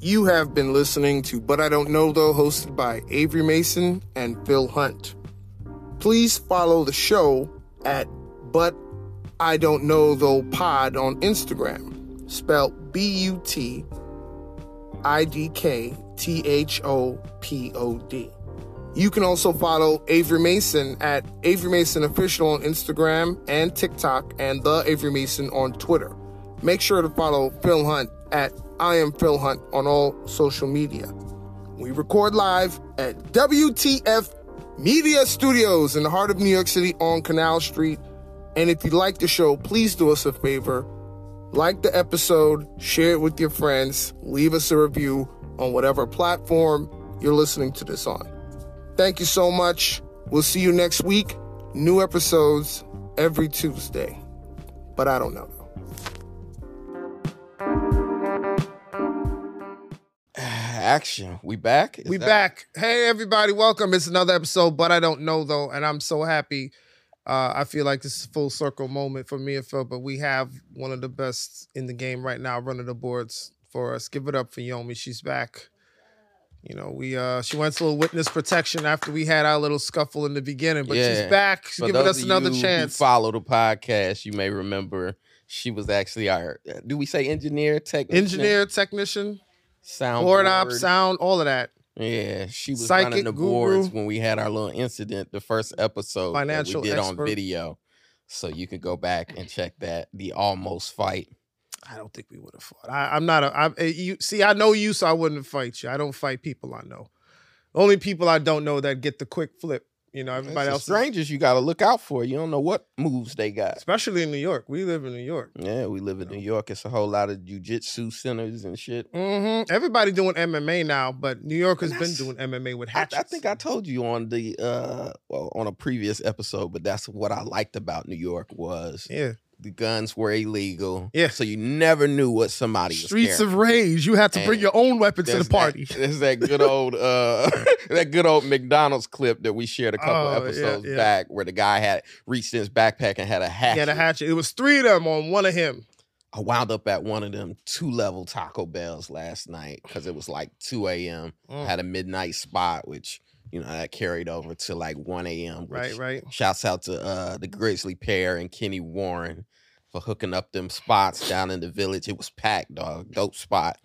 You have been listening to But I Don't Know Though, hosted by Avery Mason and Phil Hunt. Please follow the show at But I Don't Know Though Pod on Instagram, spelled B U T I D K T H O P O D. You can also follow Avery Mason at Avery Mason Official on Instagram and TikTok and The Avery Mason on Twitter. Make sure to follow Phil Hunt at I Am Phil Hunt on all social media. We record live at WTF Media Studios in the heart of New York City on Canal Street. And if you like the show, please do us a favor like the episode, share it with your friends, leave us a review on whatever platform you're listening to this on. Thank you so much. We'll see you next week. New episodes every Tuesday. But I don't know. Action. We back? Is we that- back. Hey everybody, welcome. It's another episode, but I don't know though, and I'm so happy. Uh, I feel like this is a full circle moment for me and Phil, but we have one of the best in the game right now running the boards for us. Give it up for Yomi. She's back. You know, we uh she went to a little witness protection after we had our little scuffle in the beginning, but Yeah. she's back. She's For giving those us of another you who chance. follow the podcast, you may remember she was actually our do we say engineer, technician, Engineer, technician, sound board op, sound, all of that. Yeah, she was Psychic running the guru. boards when we had our little incident, the first episode Financial that we did expert. on video. So you can go back and check that the almost fight. I don't think we would have fought. I, I'm not a. I, eh, you see, I know you, so I wouldn't fight you. I don't fight people I know. Only people I don't know that get the quick flip. You know, everybody It's else, is- the strangers you got to look out for. You don't know what moves they got. especially in New York. We live in New York. Yeah, we live in New York. It's a whole lot of jujitsu centers and shit. hmm Everybody doing MMA now, but New York has And been that's- doing MMA with I, hatchets. I think I told you on the uh well on a previous episode, but that's what I liked about New York was yeah. the guns were illegal. Yeah. So you never knew what somebody was Streets carrying. of rage. You had to bring And your own weapon to the There's party. That, there's that good old uh that good old McDonald's clip that we shared a couple Oh, yeah, episodes yeah. back where the guy had reached in his backpack and had a He hatchet. had a hatchet. It was three of them on one of him. I wound up at one of them two level Taco Bells last night because it was like 2 a.m. I Mm, had a midnight spot, which you know that carried over to like 1 a.m. which Mm. right, right. Shouts out to uh the Grizzly Pair and Kenny Warren for hooking up them spots down in the village. It was packed, dog. Dope spot.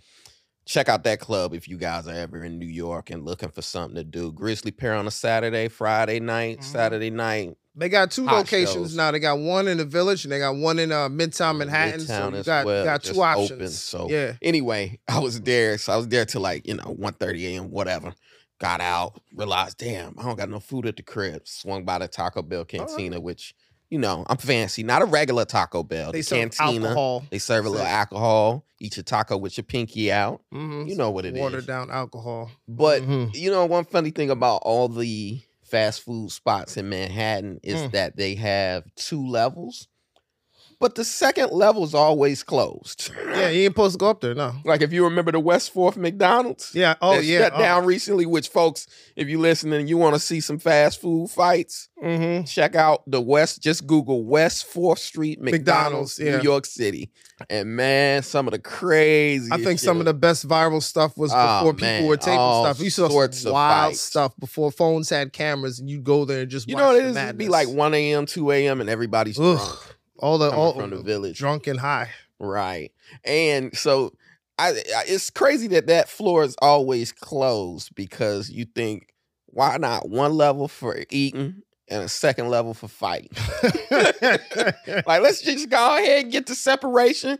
Check out that club if you guys are ever in New York and looking for something to do. Grizzly Pair on a Saturday, Friday night, Mhm. Saturday night. They got two Hot locations shows. now. They got one in the village and they got one in uh, Midtown Mm, Manhattan. Midtown so you as got, well, got just two open, options. so- yeah, Anyway, I was there. So I was there till like, you know, 1 a.m., whatever. Got out, realized, damn, I don't got no food at the crib. Swung by the Taco Bell right. Cantina, which, you know, I'm fancy. Not a regular Taco Bell. they uh, the serve Cantina. alcohol. They serve a That's little it. alcohol. Eat your taco with your pinky out. Mhm. mm-hmm. You know what it is. watered down alcohol. But Mhm. you know, one funny thing about all the fast food spots in Manhattan is Mm. that they have two levels, but the second level's always closed. yeah, you ain't supposed to go up there. No. Like if you remember the West Fourth McDonald's. Yeah. Oh that yeah. shut down recently. Which folks, if you listening, you want to see some fast food fights, Mm-hmm. check out the West. Just Google West Fourth Street McDonald's, McDonald's, yeah. New York City, and man, some of the crazy. I think some of the best viral stuff was Oh, before man, people were taking all stuff. You saw sorts some of wild fights. stuff before phones had cameras, and you'd go there and just You watch know what it the is? It'd be madness. like 1 a.m., 2 a.m., and everybody's Ugh, drunk all the coming all from the village. drunk and high. Right. And so I, I it's crazy that that floor is always closed because you think, why not one level for eating and a second level for fighting? like, let's just go ahead and get the separation,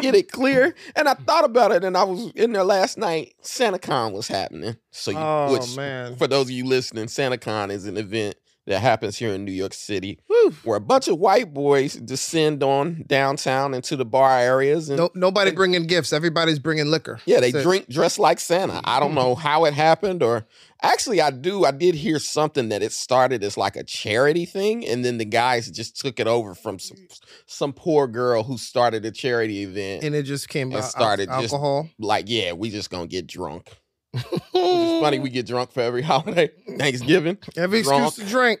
get it clear. And I thought about it, and I was in there last night. SantaCon was happening. So you, oh which, man. for those of you listening, SantaCon is an event that happens here in New York City Whew. where a bunch of white boys descend on downtown into the bar areas Mm. and No, nobody bringing gifts. Everybody's bringing liquor. yeah, they That's it. drink dressed like Santa. I don't know how it happened or actually I do I did hear something that it started as like a charity thing and then the guys just took it over from some, some poor girl who started a charity event. Mm. and it just came And out started just- alcohol. like, yeah, we just gonna get drunk. It's Mm. funny we get drunk for every holiday. Thanksgiving, Every drunk. excuse to drink.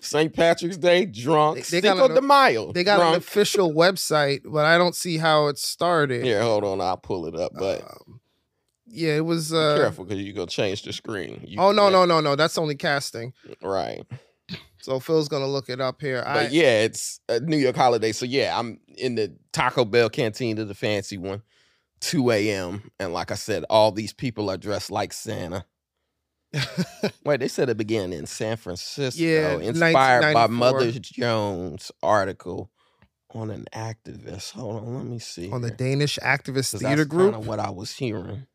St. Patrick's Day, drunk. They- They, they got Cinco an- de Mayo, They got an drunk. official website, but I don't see how it started. Here, hold on, I'll pull it up. But Um, yeah, it was. Be Uh, careful because you gonna change the screen. You oh no, can't- no, no, no. That's only casting. Right. So Phil's gonna look it up here. I, But yeah, it's a New York holiday. So yeah, I'm in the Taco Bell canteen to the fancy one, 2 a.m. And like I said, all these people are dressed like Santa. Wait, they said it began in San Francisco, Yeah, inspired by 1994. Mother Jones' article on an activist. Hold on, let me see. on the here, Danish activist 'cause theater that's kinda group. what I was hearing.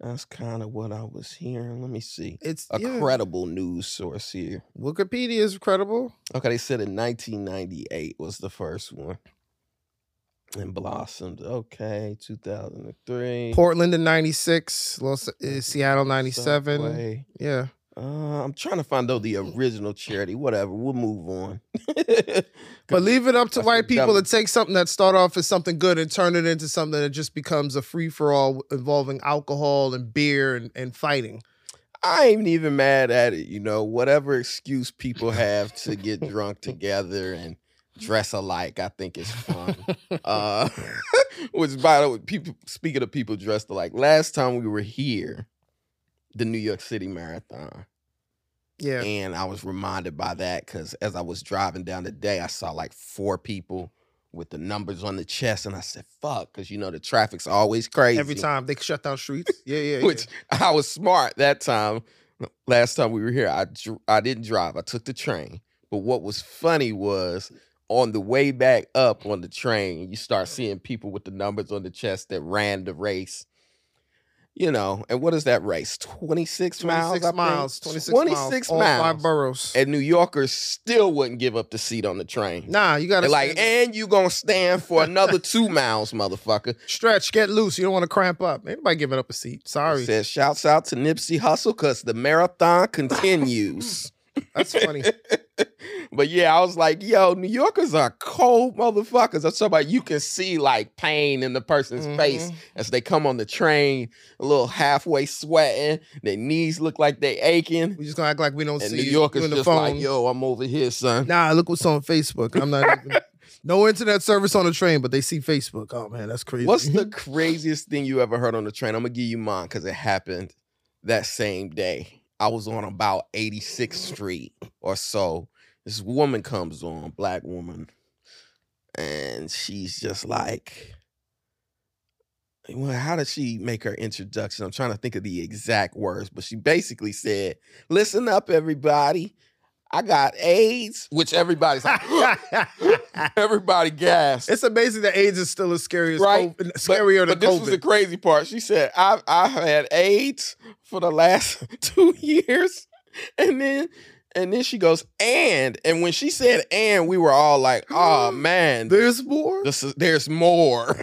That's kind of what I was hearing. Let me see. It's A yeah, credible news source here. Wikipedia is credible. Okay, they said in 1998 was the first one. And blossomed. Okay, 2003. Portland in '96, Los uh, Seattle '97. Subway. Yeah, Uh, I'm trying to find out the original charity. Whatever, we'll move on. but leave it up to that's white the people dumb- to take something that start off as something good and turn it into something that just becomes a free for all involving alcohol and beer and, and fighting. I ain't even mad at it. You know, whatever excuse people have to get drunk together and dress alike, I think is fun. uh, which, by the way, people speaking of people dressed alike, last time we were here, the New York City Marathon. Yeah, And I was reminded by that because as I was driving down the day, I saw like four people with the numbers on the chest, and I said, "Fuck," because you know the traffic's always crazy. every time they shut down streets. Yeah, yeah. yeah. Which I was smart that time. Last time we were here, I dr- I didn't drive. I took the train. But what was funny was on the way back up on the train, you start seeing people with the numbers on the chest that ran the race. You know, and what is that race? Twenty six miles. I 26 think? miles, 26, miles, 26 all five miles. boroughs. and New Yorkers still wouldn't give up the seat on the train. nah, you gotta They're like, stand up. and you gonna stand for another two miles, motherfucker. stretch, get loose. You don't want to cramp up. Anybody giving up a seat? Sorry, Says shouts out to Nipsey Hustle because the marathon continues. that's funny. but yeah, I was like, yo, New Yorkers are cold motherfuckers. I'm talking about you can see like pain in the person's face Mhm. as they come on the train, a little halfway sweating, their knees look like they aching. We just gonna act like we don't And see New you. Yorkers You in the just phone. like, yo, I'm over here, son. Nah, look what's on Facebook. I'm not even. No internet service on the train, but they see Facebook. Oh man, that's crazy. What's the craziest thing you ever heard on the train? I'm gonna give you mine because it happened that same day. I was on about 86th Street or so. This woman comes on, black woman, and she's just like, well, how did she make her introduction? I'm trying to think of the exact words, but she basically said, "Listen up, everybody, I got AIDS," which everybody's like, everybody gasped. it's amazing that AIDS is still as scary as Right, COVID, scarier But than this COVID. was the crazy part. She said, "I I had AIDS for the last two years, and then and then she goes and and when she said and, we were all like, oh man, There's more. this is, there's more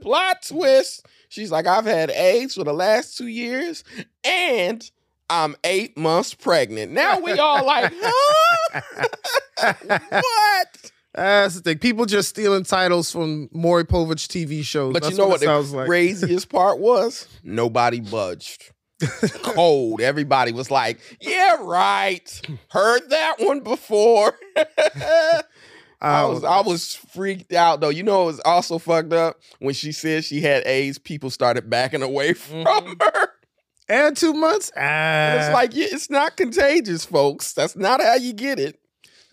plot twist." She's like, "I've had AIDS for the last two years, and I'm eight months pregnant." Now we all like, huh? what? that's the thing. People just stealing titles from Maury Povich TV shows. But you That's know what it the sounds like. craziest part was? Nobody budged. Cold. Everybody was like, "Yeah, right. Heard that one before." I was I was freaked out though. You know, it was also fucked up when she said she had AIDS. People started backing away from Mhm. her. and two months. Ah, It's like yeah, it's not contagious, folks. That's not how you get it.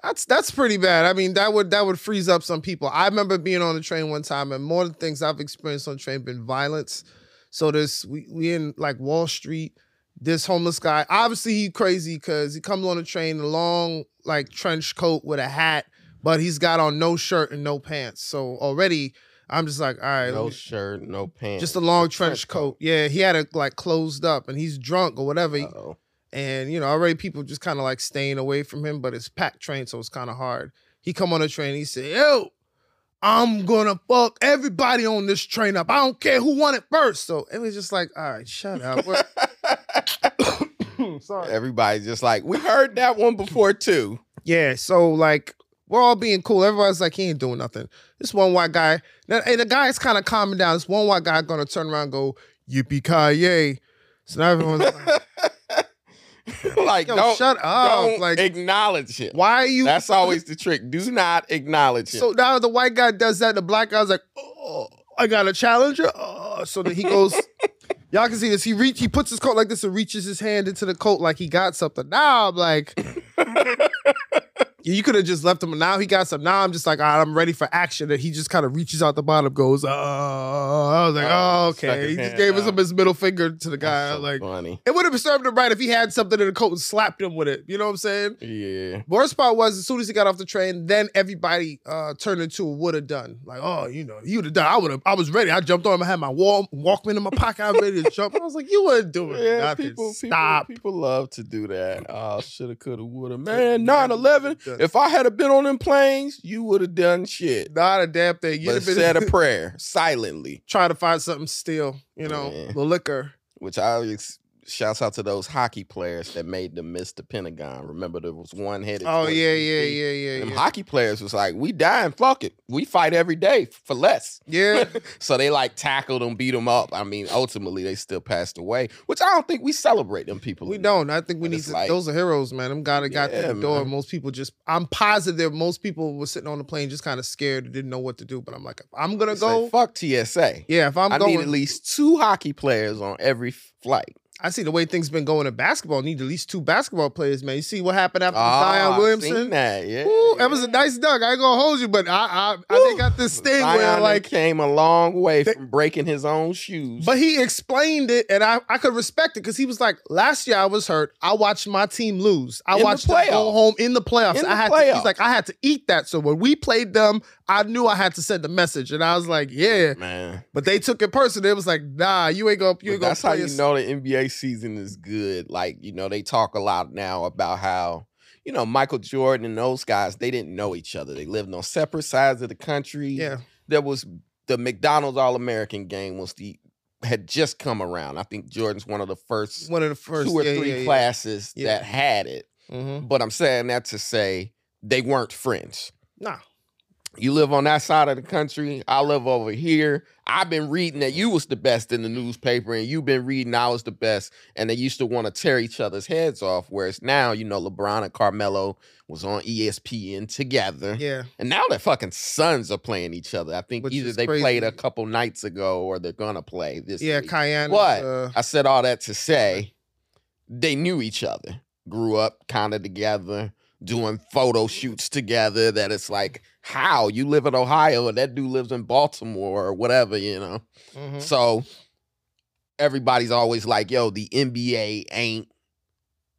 That's that's pretty bad. I mean, that would that would freeze up some people. I remember being on the train one time, and more of the things I've experienced on the train been violence. So this we we in like Wall Street. This homeless guy, obviously he crazy because he comes on the train in a long like trench coat with a hat, but he's got on no shirt and no pants. So already I'm just like, all right, let No me- shirt, no pants. just a long trench trench coat. Yeah, he had it like closed up, and he's drunk or whatever Uh-oh. and you know already people just kind of like staying away from him but it's packed train so it's kind of hard he come on a train he said yo i'm gonna fuck everybody on this train up i don't care who won it first so it was just like all right shut up We're- sorry Everybody's just like, "We heard that one before too." Yeah, so like we're all being cool. Everybody's like, he ain't doing nothing. This one white guy, now, and the guy's kind of calming down. This one white guy gonna turn around and go, yippee ki yay. So now everyone's like, like yo, don't, shut up. don't like, acknowledge it. why are you? That's always the trick. Do not acknowledge it. So now the white guy does that. The black guy's like, oh, I got a challenger. Oh. So then he goes, Y'all can see this. He reach. He puts his coat like this and reaches his hand into the coat like he got something. Now I'm like, you could have just left him. Now he got some. Now I'm just like, all right, I'm ready for action. And he just kind of reaches out the bottom, goes, oh. I was like, Oh, oh, stuck his okay. He just hand gave us out. him his middle finger to the guy. That's so like, funny. it would have served him right if he had something in the coat and slapped him with it. You know what I'm saying? Yeah. Worst part was as soon as he got off the train, then everybody uh, turned into a would have done. Like, oh, you know, you'd have done. I would have. I was ready. I jumped on him. I had my wall, Walkman in my pocket. I was ready to jump. I was like, Oh, you wouldn't do it. Yeah, nothing. people, Stop. People, people love to do that. Oh, shoulda, coulda, woulda. Man, 9 11, if I had have been on them planes, you would have done shit. Not a damn thing. You'd But have been said a prayer silently, trying to find something still. You know, Yeah. the liquor. which I always shouts out to those hockey players that made them miss the Pentagon. Remember, there was one headed. Oh towards yeah, yeah, DC? yeah, yeah, Them yeah. hockey players was like, we dying, fuck it. We fight every day f- for less. yeah. So they like tackled them, beat them up. I mean, ultimately they still passed away, which I don't think we celebrate them people. We enough. don't. I think we And need it's to, like- those are heroes, man. Them gotta got Yeah, through the door. man. Most people just I'm positive most people were sitting on the plane just kind of scared and didn't know what to do. But I'm like, if I'm gonna It's go. like, fuck TSA. yeah, if I'm i going, need at least two hockey players on every flight. I see the way things been going in basketball. Need at least two basketball players, man. You see what happened after Ah, Zion I've seen Williamson? that. Yeah, Ooh, that was a yeah. nice dunk. I ain't gonna hold you, but I, I, I they Woo. got this thing Zion where done like, came a long way They- from breaking his own shoes. but he explained it, and I, I could respect it because he was like, last year I was hurt. I watched my team lose. I In the watched them go playoffs. home in the playoffs. In the I had To, playoffs. he's like, I had to eat that. So when we played them, I knew I had to send the message, and I was like, yeah. man, But they took it personal. It was like, nah, you ain't gonna, you But ain't gonna that's how play you us. know the NBA season is good. Like you know, they talk a lot now about how you know Michael Jordan and those guys they didn't know each other. They lived on separate sides of the country. Yeah, there was the McDonald's All American game was the had just come around. I think Jordan's one of the first, one of the first two or yeah, three yeah, yeah. classes Yeah. that had it. Mhm. But I'm saying that to say they weren't friends. Nah. You live on that side of the country. I live over here. I've been reading that you was the best in the newspaper, and you've been reading I was the best. And they used to want to tear each other's heads off. Whereas now, you know, LeBron and Carmelo was on E ESPN together. Yeah. And now their fucking sons are playing each other. I think Which either is they played a crazy. couple nights ago or they're gonna play this. Yeah, week. Cayenne. What? Uh, I said all that to say they knew each other, grew up kind of together, doing photo shoots together. That it's like, how you live in Ohio and that dude lives in Baltimore or whatever, you know. mhm. So everybody's always like, yo, the NBA ain't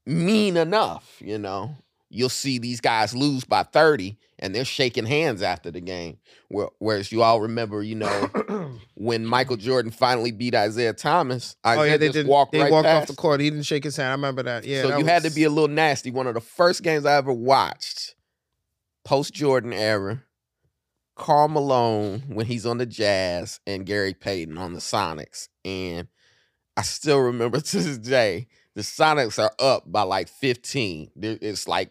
mean enough, you know. You'll see these guys lose by 30 and they're shaking hands after the game. Where- Whereas you all remember, you know, when Michael Jordan finally beat Isaiah Thomas, Isaiah oh yeah, they just did. walked they right walked off past. the court. He didn't shake his hand. I remember that. Yeah. so that you had to was- be a little nasty. One of the first games I ever watched, post Jordan era, Carl Malone when he's on the Jazz and Gary Payton on the Sonics, and I still remember to this day the Sonics are up by like fifteen. There- It's like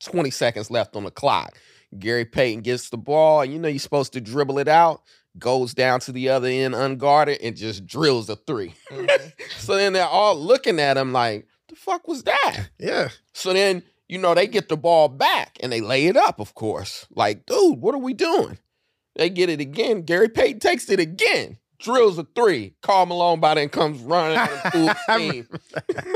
twenty seconds left on the clock. Gary Payton gets the ball, and you know you're supposed to dribble it out. Goes down to the other end unguarded and just drills a three. Mhm. So then they're all looking at him like, the fuck was that? yeah. So then, you know, they get the ball back and they lay it up, of course. Like, dude, what are we doing? They get it again. Gary Payton takes it again, drills a three. Carl Malone by then comes running out of full I steam.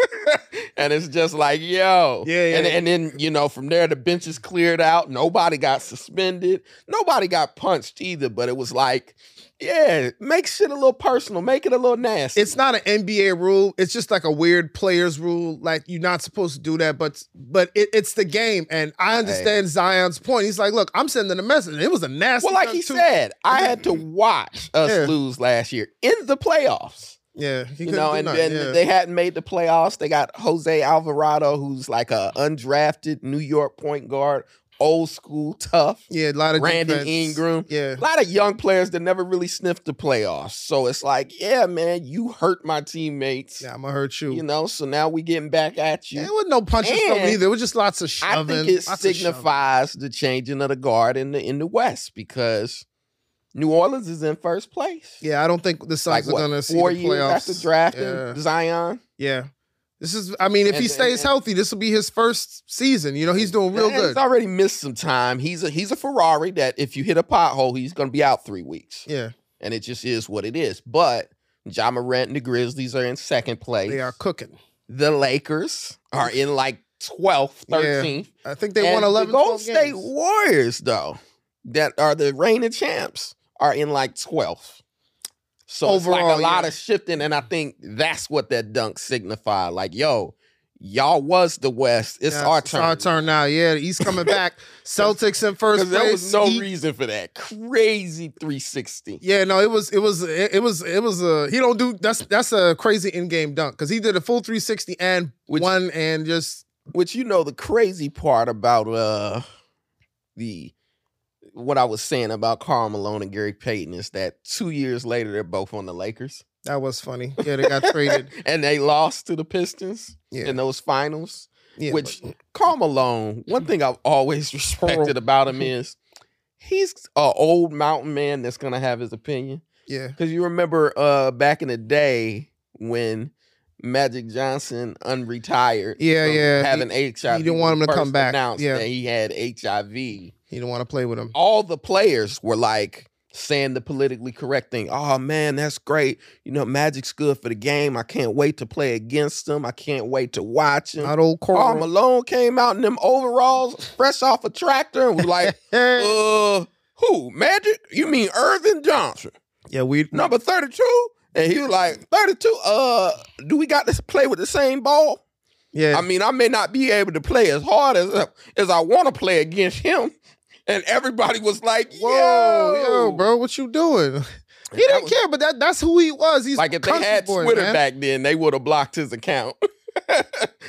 and it's just like, yo. Yeah, yeah. And, and then, you know, from there, the bench is cleared out. Nobody got suspended. Nobody got punched either, but it was like, yeah, make shit a little personal. Make it a little nasty. It's not an NBA rule. It's just like a weird players rule. Like you're not supposed to do that, but but it, it's the game. And I understand Zion's point. He's like, look, I'm sending a message. It was a nasty. Well, like dunk, he too. said, I had to watch us Yeah. lose last year in the playoffs. Yeah. He You couldn't know, do and nothing. then yeah. they hadn't made the playoffs. They got Jose Alvarado, who's like a undrafted New York point guard, old school tough. yeah, a lot of Brandon defense. Ingram. Yeah. A lot of young players that never really sniffed the playoffs. So it's like, yeah, man, you hurt my teammates. Yeah, I'm gonna hurt you. You know, so now we getting back at you. it was no punches from And either. It was just lots of I shoving. think it lots of shoving. signifies the changing of the guard in the in the West because New Orleans is in first place. Yeah, I don't think the Suns like are what, gonna see four the playoffs. years after drafting Yeah. Zion. Yeah. This is, I mean, if he And- stays and- healthy, this will be his first season. You know, he's doing real And He's good. already missed some time. He's a he's a Ferrari that if you hit a pothole, he's going to be out three weeks, Yeah. and it just is what it is. But John Morant and the Grizzlies are in second place. They are cooking. the Lakers are in like 12th, Yeah. 13th. I think they And won 11 The Golden 12 State games. Warriors, though, that are the reigning champs, are in like 12th. So it's like Overall, a lot yeah. of shifting, and I think that's what that dunk signified. Like, yo, y'all was the West. It's Yeah, our It's turn. our turn now. Yeah, the East coming back. Celtics in first Because there place. was no Heat- reason for that. Crazy 360. Yeah, no, it was it was it, it was it was a he don't do that's that's a crazy in game dunk because he did a full 360 and Which- one and just Which you know the crazy part about uh the what I was saying about Carl Malone and Gary Payton is that two years later they're both on the Lakers. that was funny. Yeah, they got traded. and they lost to the Pistons Yeah, in those finals. yeah which but- Carl Malone, one thing I've always respected about him is he's a old mountain man that's gonna have his opinion. yeah, Because you remember uh back in the day when Magic Johnson unretired. Yeah, from yeah. Having HIV. you didn't want him to first come back. announced Yeah. that he had HIV. he didn't want to play with him. All the players were like saying the politically correct thing. Oh man, that's great. You know, Magic's good for the game. I can't wait to play against him. I can't wait to watch him. Not old Carl Coral. Malone came out in them overalls, fresh off a tractor, and was like, Hey. uh, who? Magic? You mean Irvin Johnson? Yeah, we number 32 and he was like 32 uh do we got to play with the same ball yeah. i mean i may not be able to play as hard as as i want to play against him and everybody was like Whoa, yo, yo, bro, what you doing? He didn't was- care, but that that's who he was. He's like if they country had boy, twitter man. back then they would have blocked his account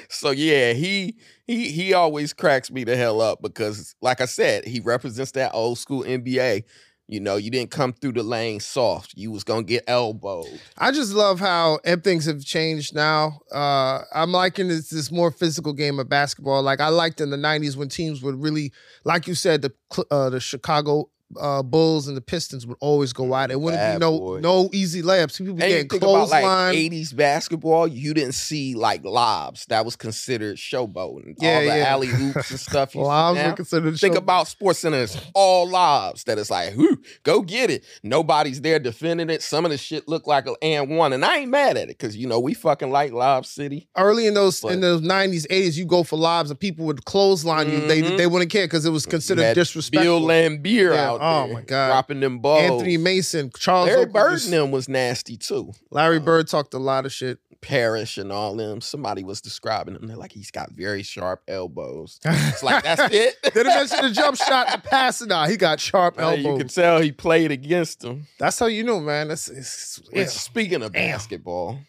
so yeah he he he always cracks me the hell up because like i said he represents that old school nba you know you didn't come through the lane soft you was gonna get elbowed I just love how em- things have changed now. Uh, I'm liking this, this more physical game of basketball. Like I liked in the '90s when teams would really, like you said, the Cl- uh, the Chicago uh, Bulls and the Pistons would always go out. It wouldn't Mm, Bad be no boy. no easy layups. People And you get think about like clothesline. 80s basketball, you didn't see like lobs. That was considered showboating. Yeah, all the yeah. alley oops and stuff. You see Lobs now. were considered. Think show- about sports centers, all lobs that it's like, whoo, go get it. Nobody's there defending it. Some of the shit look like an and one. And I ain't mad at it because you know we fucking like Lob City. early in those in But- those '90s, '80s. You go for lobs and people would clothesline you. They Mhm. they wouldn't care because it was considered Had disrespectful. Bill Lambier Yeah, out oh there my God. dropping them balls. Anthony Mason, Charles Larry Oakley Bird was- and them Oh. was nasty too. Larry Bird talked a lot of shit. Parrish and all them. Somebody was describing him. They're like, he's got very sharp elbows. It's like that's it. Did not mention the jump shot, the pass, and nah, he got sharp Uh, elbows. You can tell he played against him. That's how you know, man. That's it's, Which, yeah. Speaking of Damn. basketball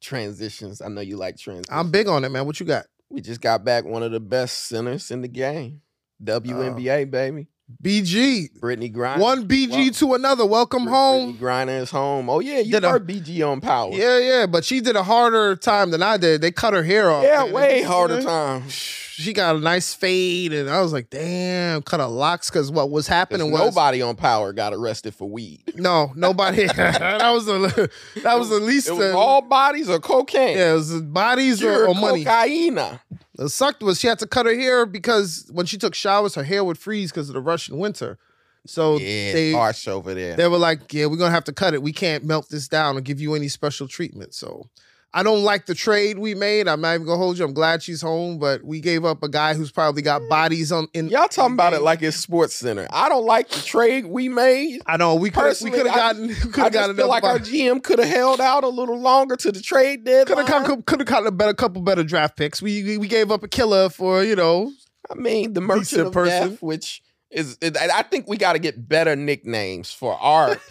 transitions, I know you like transitions. I'm big on it, man. What you got? we just got back one of the best centers in the game. Uh, WNBA baby, BG. Brittany Griner. One BG to another. Welcome home. Brittany Griner is home. Oh yeah, you Did a- heard BG on Power. Yeah, yeah. But she did a harder time than I did. They cut her hair off. yeah, man. way Yeah. harder time. She got a nice fade, and I was like, damn, cut her locks. Because what was 'Cause happening was nobody on Power got arrested for weed. no, nobody. that was the that was the least. It was uh, all bodies or cocaine. yeah, it was bodies or, Pure or money. cocaina. The sucked was she had to cut her hair because when she took showers, her hair would freeze because of the Russian winter. So Yeah, they harsh over there. they were like, "Yeah, we're gonna have to cut it. We can't melt this down or give you any special treatment." So I don't like the trade we made. I'm not even gonna hold you. I'm glad she's home, but we gave up a guy who's probably got bodies on. In Y'all talking about it like it's Sports Center. I don't like the trade we made. I know we could we Personally, could have I- gotten could I have just gotten feel like like our GM could have held out a little longer to the trade could deadline. have could have gotten a better couple better draft picks. We we- we gave up a killer for you know I mean, the Merchant of person. Death, which is, it- I I think we got to get better nicknames for our.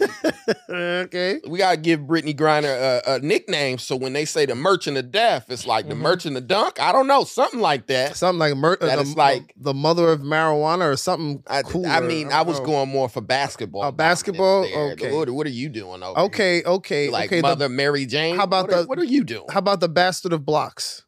okay we got to give Brittany Griner a, a nickname, so when they say the Merchant of Death, it's like the Mhm. Merchant of Dunk. I don't know, something like that. something like mur- That the, it's like- the mother of marijuana or something I, cool. I mean, I, was going more for basketball. Oh, basketball? dominance there. Okay. What, what are you doing? Over here? Okay, okay, like okay. the- Mother Mary Jane. How about what are- the- what are you doing? how about the bastard of blocks?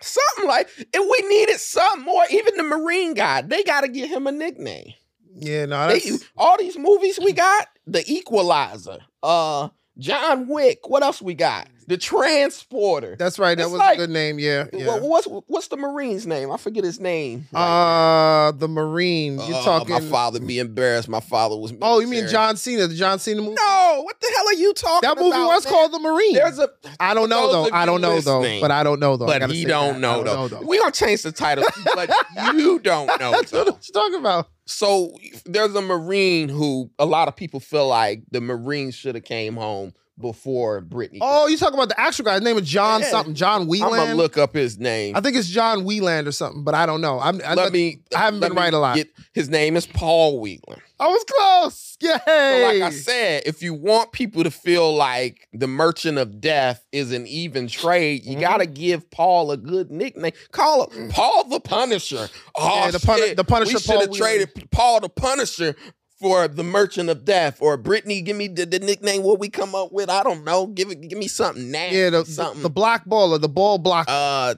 Something like if we needed something more, even the Marine guy, they gotta give him a nickname. Yeah, no, They- that's, all these movies we got, The Equalizer, uh, John Wick. What else we got? The transporter. That's right. That It's was like- a good name. Yeah. Wha- yeah. what's what's the Marine's name? I forget his name. uh, the Marine. You're Uh, talking. My father be embarrassed. My father was. oh, you mean military. John Cena? The John Cena movie. No, what the hell are you talking? that movie about, was man? called The Marine. There's a. I don't know those though. of I you don't know though. listening- But I don't know though. I But gotta he say don't that. I know though. though. We gonna change the title, but you don't know. That's Though. what I'm talking about. So there's a Marine who a lot of people feel like the Marine should have came home before Brittany. Oh, you talking about the actual guy? His name is John Yeah. something. John I'm gonna Wheeland. look up his name. I think it's John Wheeland or something, but I don't know. I'm. I, let me. I haven't let been me right a lot. get- his name is Paul Wheatland. I was close. Yay! So like I said, if you want people to feel like the Merchant of Death is an even trade, you Mhm. gotta give Paul a good nickname. Call him Paul the Punisher. Oh, Mm. Yeah, the Pun- shit. the Punisher We Paul should have Whelan. traded Paul the Punisher for the Merchant of Death or Brittany. Give me the, the nickname. What we come up with? I don't know. Give it. Give me something now. yeah, the, the, something. the block baller, the ball block uh,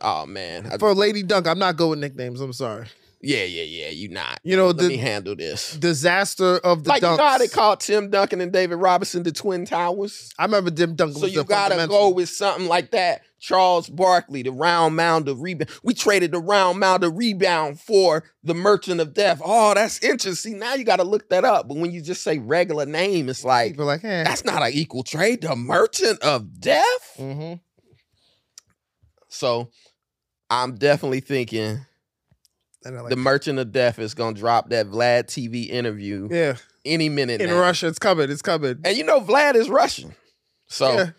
oh man. I- for Lady Dunk. I'm not good with nicknames. I'm sorry. yeah, yeah, yeah. You not. You know Let the me handle this. disaster of the Like you dunks. know how they called Tim Duncan and David Robinson the Twin Towers. I remember Dim Duncan. So was you the gotta fundamental. go with something like that. Charles Barkley, the round mound of rebound. We traded the round mound of rebound for the Merchant of Death. Oh, that's interesting. Now you gotta look that up. But when you just say regular name, it's like People like, eh. that's not an equal trade. The Merchant of Death. Mhm. So I'm definitely thinking And I like- the Merchant of Death is gonna drop that Vlad TV interview yeah, any minute in now. Russia, it's coming. It's coming. And you know Vlad is Russian, so. Yeah.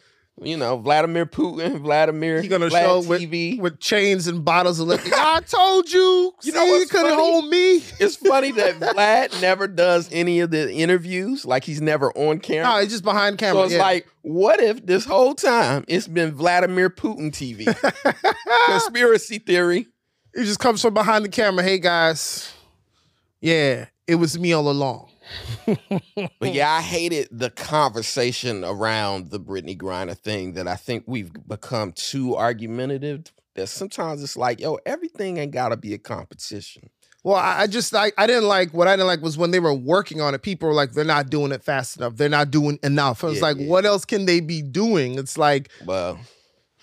You know, Vladimir Putin, Vladimir, He gonna Vlad show with- TV. with chains and bottles of liquor. I told you. You You know know you what's couldn't funny? hold me. It's funny that Vlad never does any of the interviews. Like he's never on No, camera. it's just behind camera. so it's Oh, yeah. like, what if this whole time it's been Vladimir Putin TV? Conspiracy theory. it just comes from behind the camera. Hey guys. Yeah, it was me all along. But yeah, I hated the conversation around the Brittany Griner thing that I think we've become too argumentative. That sometimes it's like, yo, everything ain't gotta be a competition. Well, I, I just like I didn't like what I didn't like was when they were working on it. People were like, they're not doing it fast enough. They're not doing enough. I was Yeah, like, yeah. what else can they be doing? It's like, Well,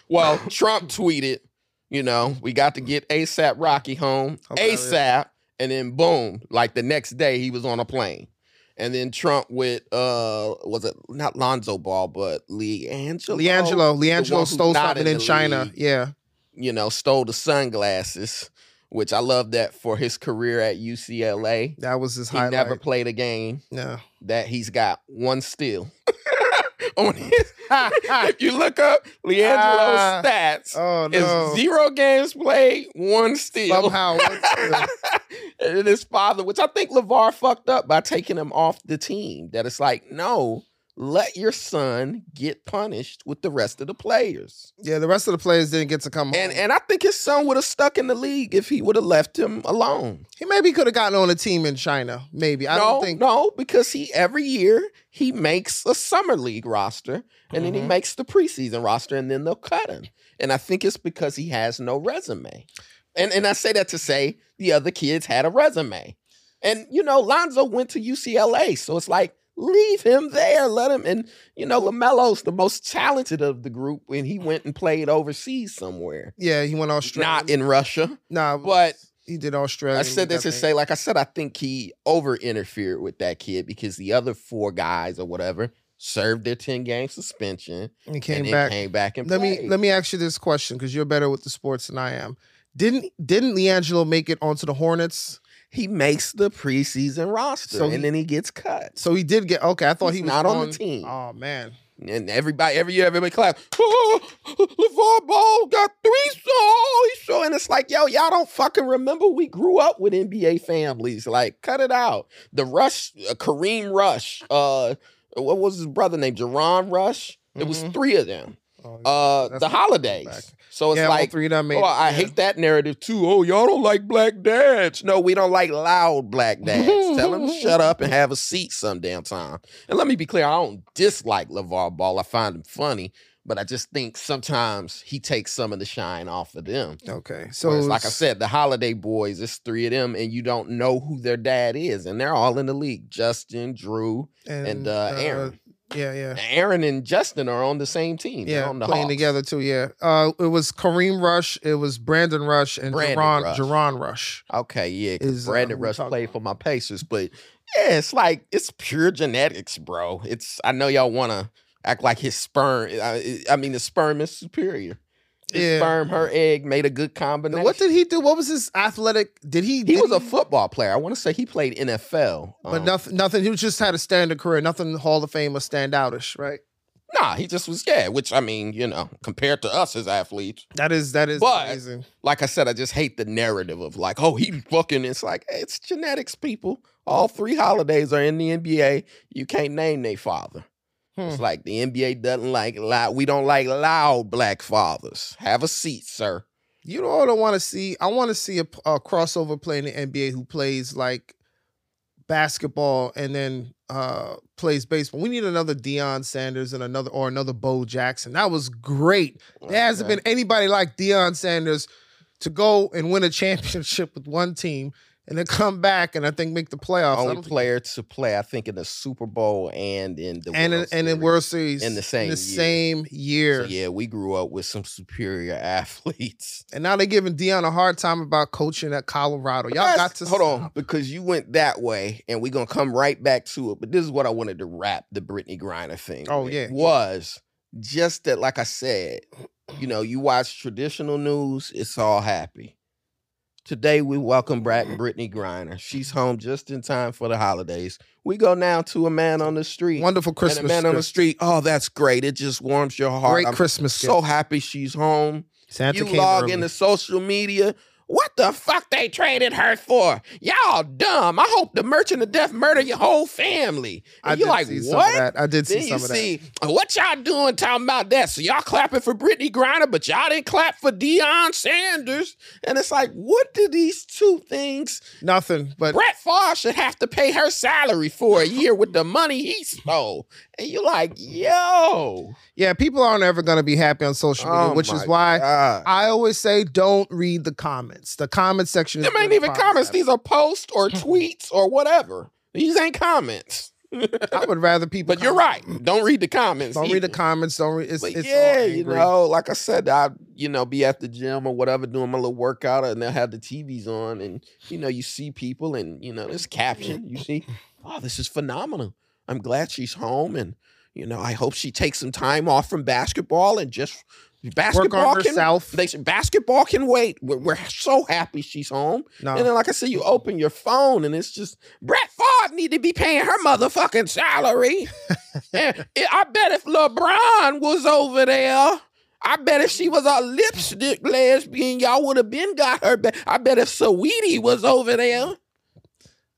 well, Trump tweeted, you know, we got to get ASAP Rocky home Hilarious. ASAP, and then boom, like the next day he was on a plane, and then Trump with uh, was it not Lonzo Ball but Leangelo? Leangelo, the one Leangelo who's stole not something in in the China. league. Yeah. you know, stole the sunglasses, which I love that for his career at UCLA. That was his He highlight. never played a game yeah. that he's got one steal on his. if you look up Leangelo's Ah. stats, oh It's no. zero games played, one steal. Somehow. what's- and his father, which I think LeVar fucked up by taking him off the team. That it's like, no, let your son get punished with the rest of the players. yeah, the rest of the players didn't get to come home. And and I think his son would have stuck in the league if he would have left him alone. He maybe could have gotten on a team in China. Maybe I no, don't think. no, because he every year he makes a summer league roster and then he Mhm. makes the preseason roster and then they'll cut him. And I think it's because he has no resume. And and I say that to say the other kids had a resume. And you know, Lonzo went to UCLA, so it's like leave him there, let him and you know, LaMelo's the most talented of the group and he went and played overseas somewhere. Yeah, he went Australia. Not in Russia. nah, But he did Australia. I said that to think. say, like I said, I think he over interfered with that kid because the other four guys or whatever served their 10 game suspension And he and came then back. came back and let me played. let me ask you this question because you're better with the sports than I am. Didn't didn't Leangelo make it onto the Hornets? he makes the preseason roster So he- and then he gets cut. So he did get okay. I thought He's he was not on the team. Oh man, And everybody, every year, everybody claps. Oh, LeVar Ball got three songs. So, and it's like, yo, y'all don't fucking remember. We grew up with NBA families. Like, cut it out. The Rush, uh, Kareem Rush, uh, what was his brother name? Jerron Rush. It was Mhm. three of them. Oh, Uh, That's the what I'm holidays. back. So it's yeah, all like, three of them made. oh, it, I yeah. hate that narrative too. Oh, y'all don't like black dads. No, we don't like loud black dads. Tell them to shut up and have a seat some damn time. And let me be clear, I don't dislike LeVar Ball. I find him funny, but I just think sometimes he takes some of the shine off of them. Okay, so So like I said, the Holiday Boys, it's three of them, and you don't know who their dad is, and they're all in the league. Justin, Drew, and, uh, Aaron. Yeah, yeah. Aaron and Justin are on the same team. They're Yeah, on the playing Hawks. together too. Yeah, uh, it was Kareem Rush, it was Brandon Rush, and Brandon Jerron Rush. Jerron Rush. Okay, yeah. 'cause Is, uh, Brandon who we Rush talking played for my Pacers, but yeah, it's like it's pure genetics, bro. It's I know y'all want to act like his sperm. I, I mean, the sperm is superior. His Yeah. sperm, her egg made a good combination. What did he do? What was his athletic? Did he? he did was a football player. I want to say he played NFL, but um, nothing. Nothing. He was just had a standard career. Nothing Hall of Fame or standoutish, right? Nah, he just was yeah. Which I mean, you know, compared to us as athletes, That is that is But- amazing. like I said, I just hate the narrative of like, oh, he fucking. It's like hey, it's genetics, people. All three holidays are in the NBA. You can't name their father. It's Hmm. like the NBA doesn't like loud. We don't like loud black fathers. Have a seat, sir. You know what I want to see? I want to see a, a crossover player in the NBA who plays like basketball and then uh plays baseball. We need another Deion Sanders and another or another Bo Jackson. That was great. There hasn't Okay. been anybody like Deion Sanders to go and win a championship with one team and then come back and I think make the playoffs. I only don't think- player to play, I think, in the Super Bowl and in the and in, World and in Series. World Series In the same year. same year. So, yeah, we grew up with some superior athletes. And now they're giving Deion a hard time about coaching at Colorado. Y'all That's- got to hold on because you went that way, and we're gonna come right back to it. But this is what I wanted to wrap the Brittany Griner thing. Oh, with, yeah. was just that. Like I said, you know, you watch traditional news, it's all happy. Today we welcome back Brittany Griner. She's home just in time for the holidays. We go now to a man on the street. Wonderful And Christmas. a man on the gift. street. Oh, that's great. It just warms your heart. Great I'm Christmas. so gift. happy she's home Santa you came log early. into social media. What the fuck they traded her for? Y'all dumb. I hope the merchant of death murder your whole family. I And you're did like, see what? some of that. I did Then see you some of that. see what y'all doing talking about that. So y'all clapping for Brittany Griner, but y'all didn't clap for Deion Sanders. And it's like, what do these two things? Nothing, but Brett Favre should have to pay her salary for a year with the money he stole. And you're like, yo. yeah, people aren't ever going to be happy on social media, Oh which my is why God. I always say don't read the comments. The comment section is Them where ain't the even problems comments. happen. These are posts or tweets or whatever. These ain't comments. I would rather people. But you're comment. right. Don't read the comments. Don't read the either. comments. Don't read. It's, But it's all yeah, you angry. know, like I said, I you know be at the gym or whatever doing my little workout, and they'll have the TVs on, and you know you see people, and you know this caption, you see, oh, this is phenomenal. I'm glad she's home, and you know I hope she takes some time off from basketball and just Work basketball on can yourself. they should, basketball can wait. We're, we're so happy she's home. no, And then, like I said, you open your phone and it's just Brett Favre need to be paying her motherfucking salary. and it- I bet if LeBron was over there, I bet if she was a lipstick lesbian, y'all would have been got her back. I bet if Saweetie was over there,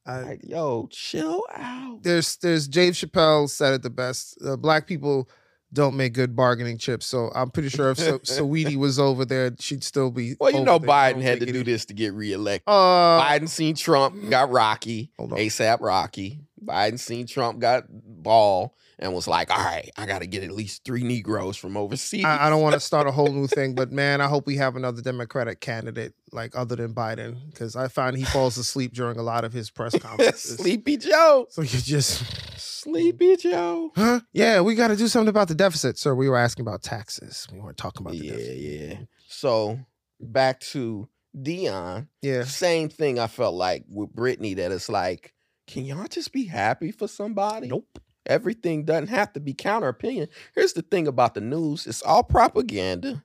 I- like yo, chill out. there's there's Dave Chappelle said it the best. Uh, black people don't make good bargaining chips, so I'm pretty sure if so- Saweetie was over there, she'd still be. Well, you over know, there. Biden Don't had to think do it- this to get reelected. Uh, Biden seen Trump, got Rocky, Hold on. ASAP Rocky. Biden seen Trump, got Ball, and was like, all right, I got to get at least three Negroes from overseas. I, I don't want to start a whole new thing, but man, I hope we have another Democratic candidate like other than Biden, because I find he falls asleep during a lot of his press conferences. Sleepy Joe. So you just, Sleepy Joe. huh? Yeah, we got to do something about the deficit, sir. We were asking about taxes. We weren't talking about the Yeah, deficit. yeah. So back to Dion. Yeah, Same thing I felt like with Brittany that it's like, can y'all just be happy for somebody? Nope. Everything doesn't have to be counter opinion. Here's the thing about the news it's all propaganda.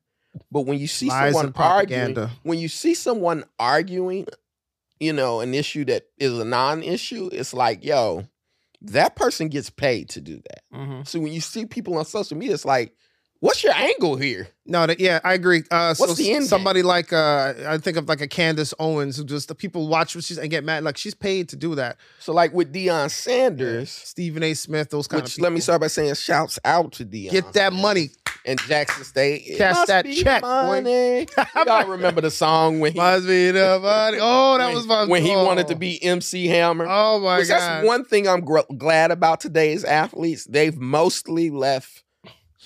But when you see lies someone and arguing, propaganda. when you see someone arguing, you know, an issue that is a non issue, it's like, yo, that person gets paid to do that. Mm-hmm. So when you see people on social media, it's like, what's your angle here? No, that, yeah, I agree. Uh, so What's the end game? somebody like uh, I think of like a Candace Owens who just the people watch what she's and get mad. Like she's paid to do that. So like with Deion Sanders, Stephen A. Smith, those kind of. which People. let me start by saying shouts out to Deion. Get that Sanders money. And Jackson State. It Cash must that be check, boy. money. Y'all remember the song when he, Must be the money. Oh, that when, was my when he oh. wanted to be MC Hammer. Oh my Which god. that's one thing I'm gr- glad about today's athletes. They've mostly left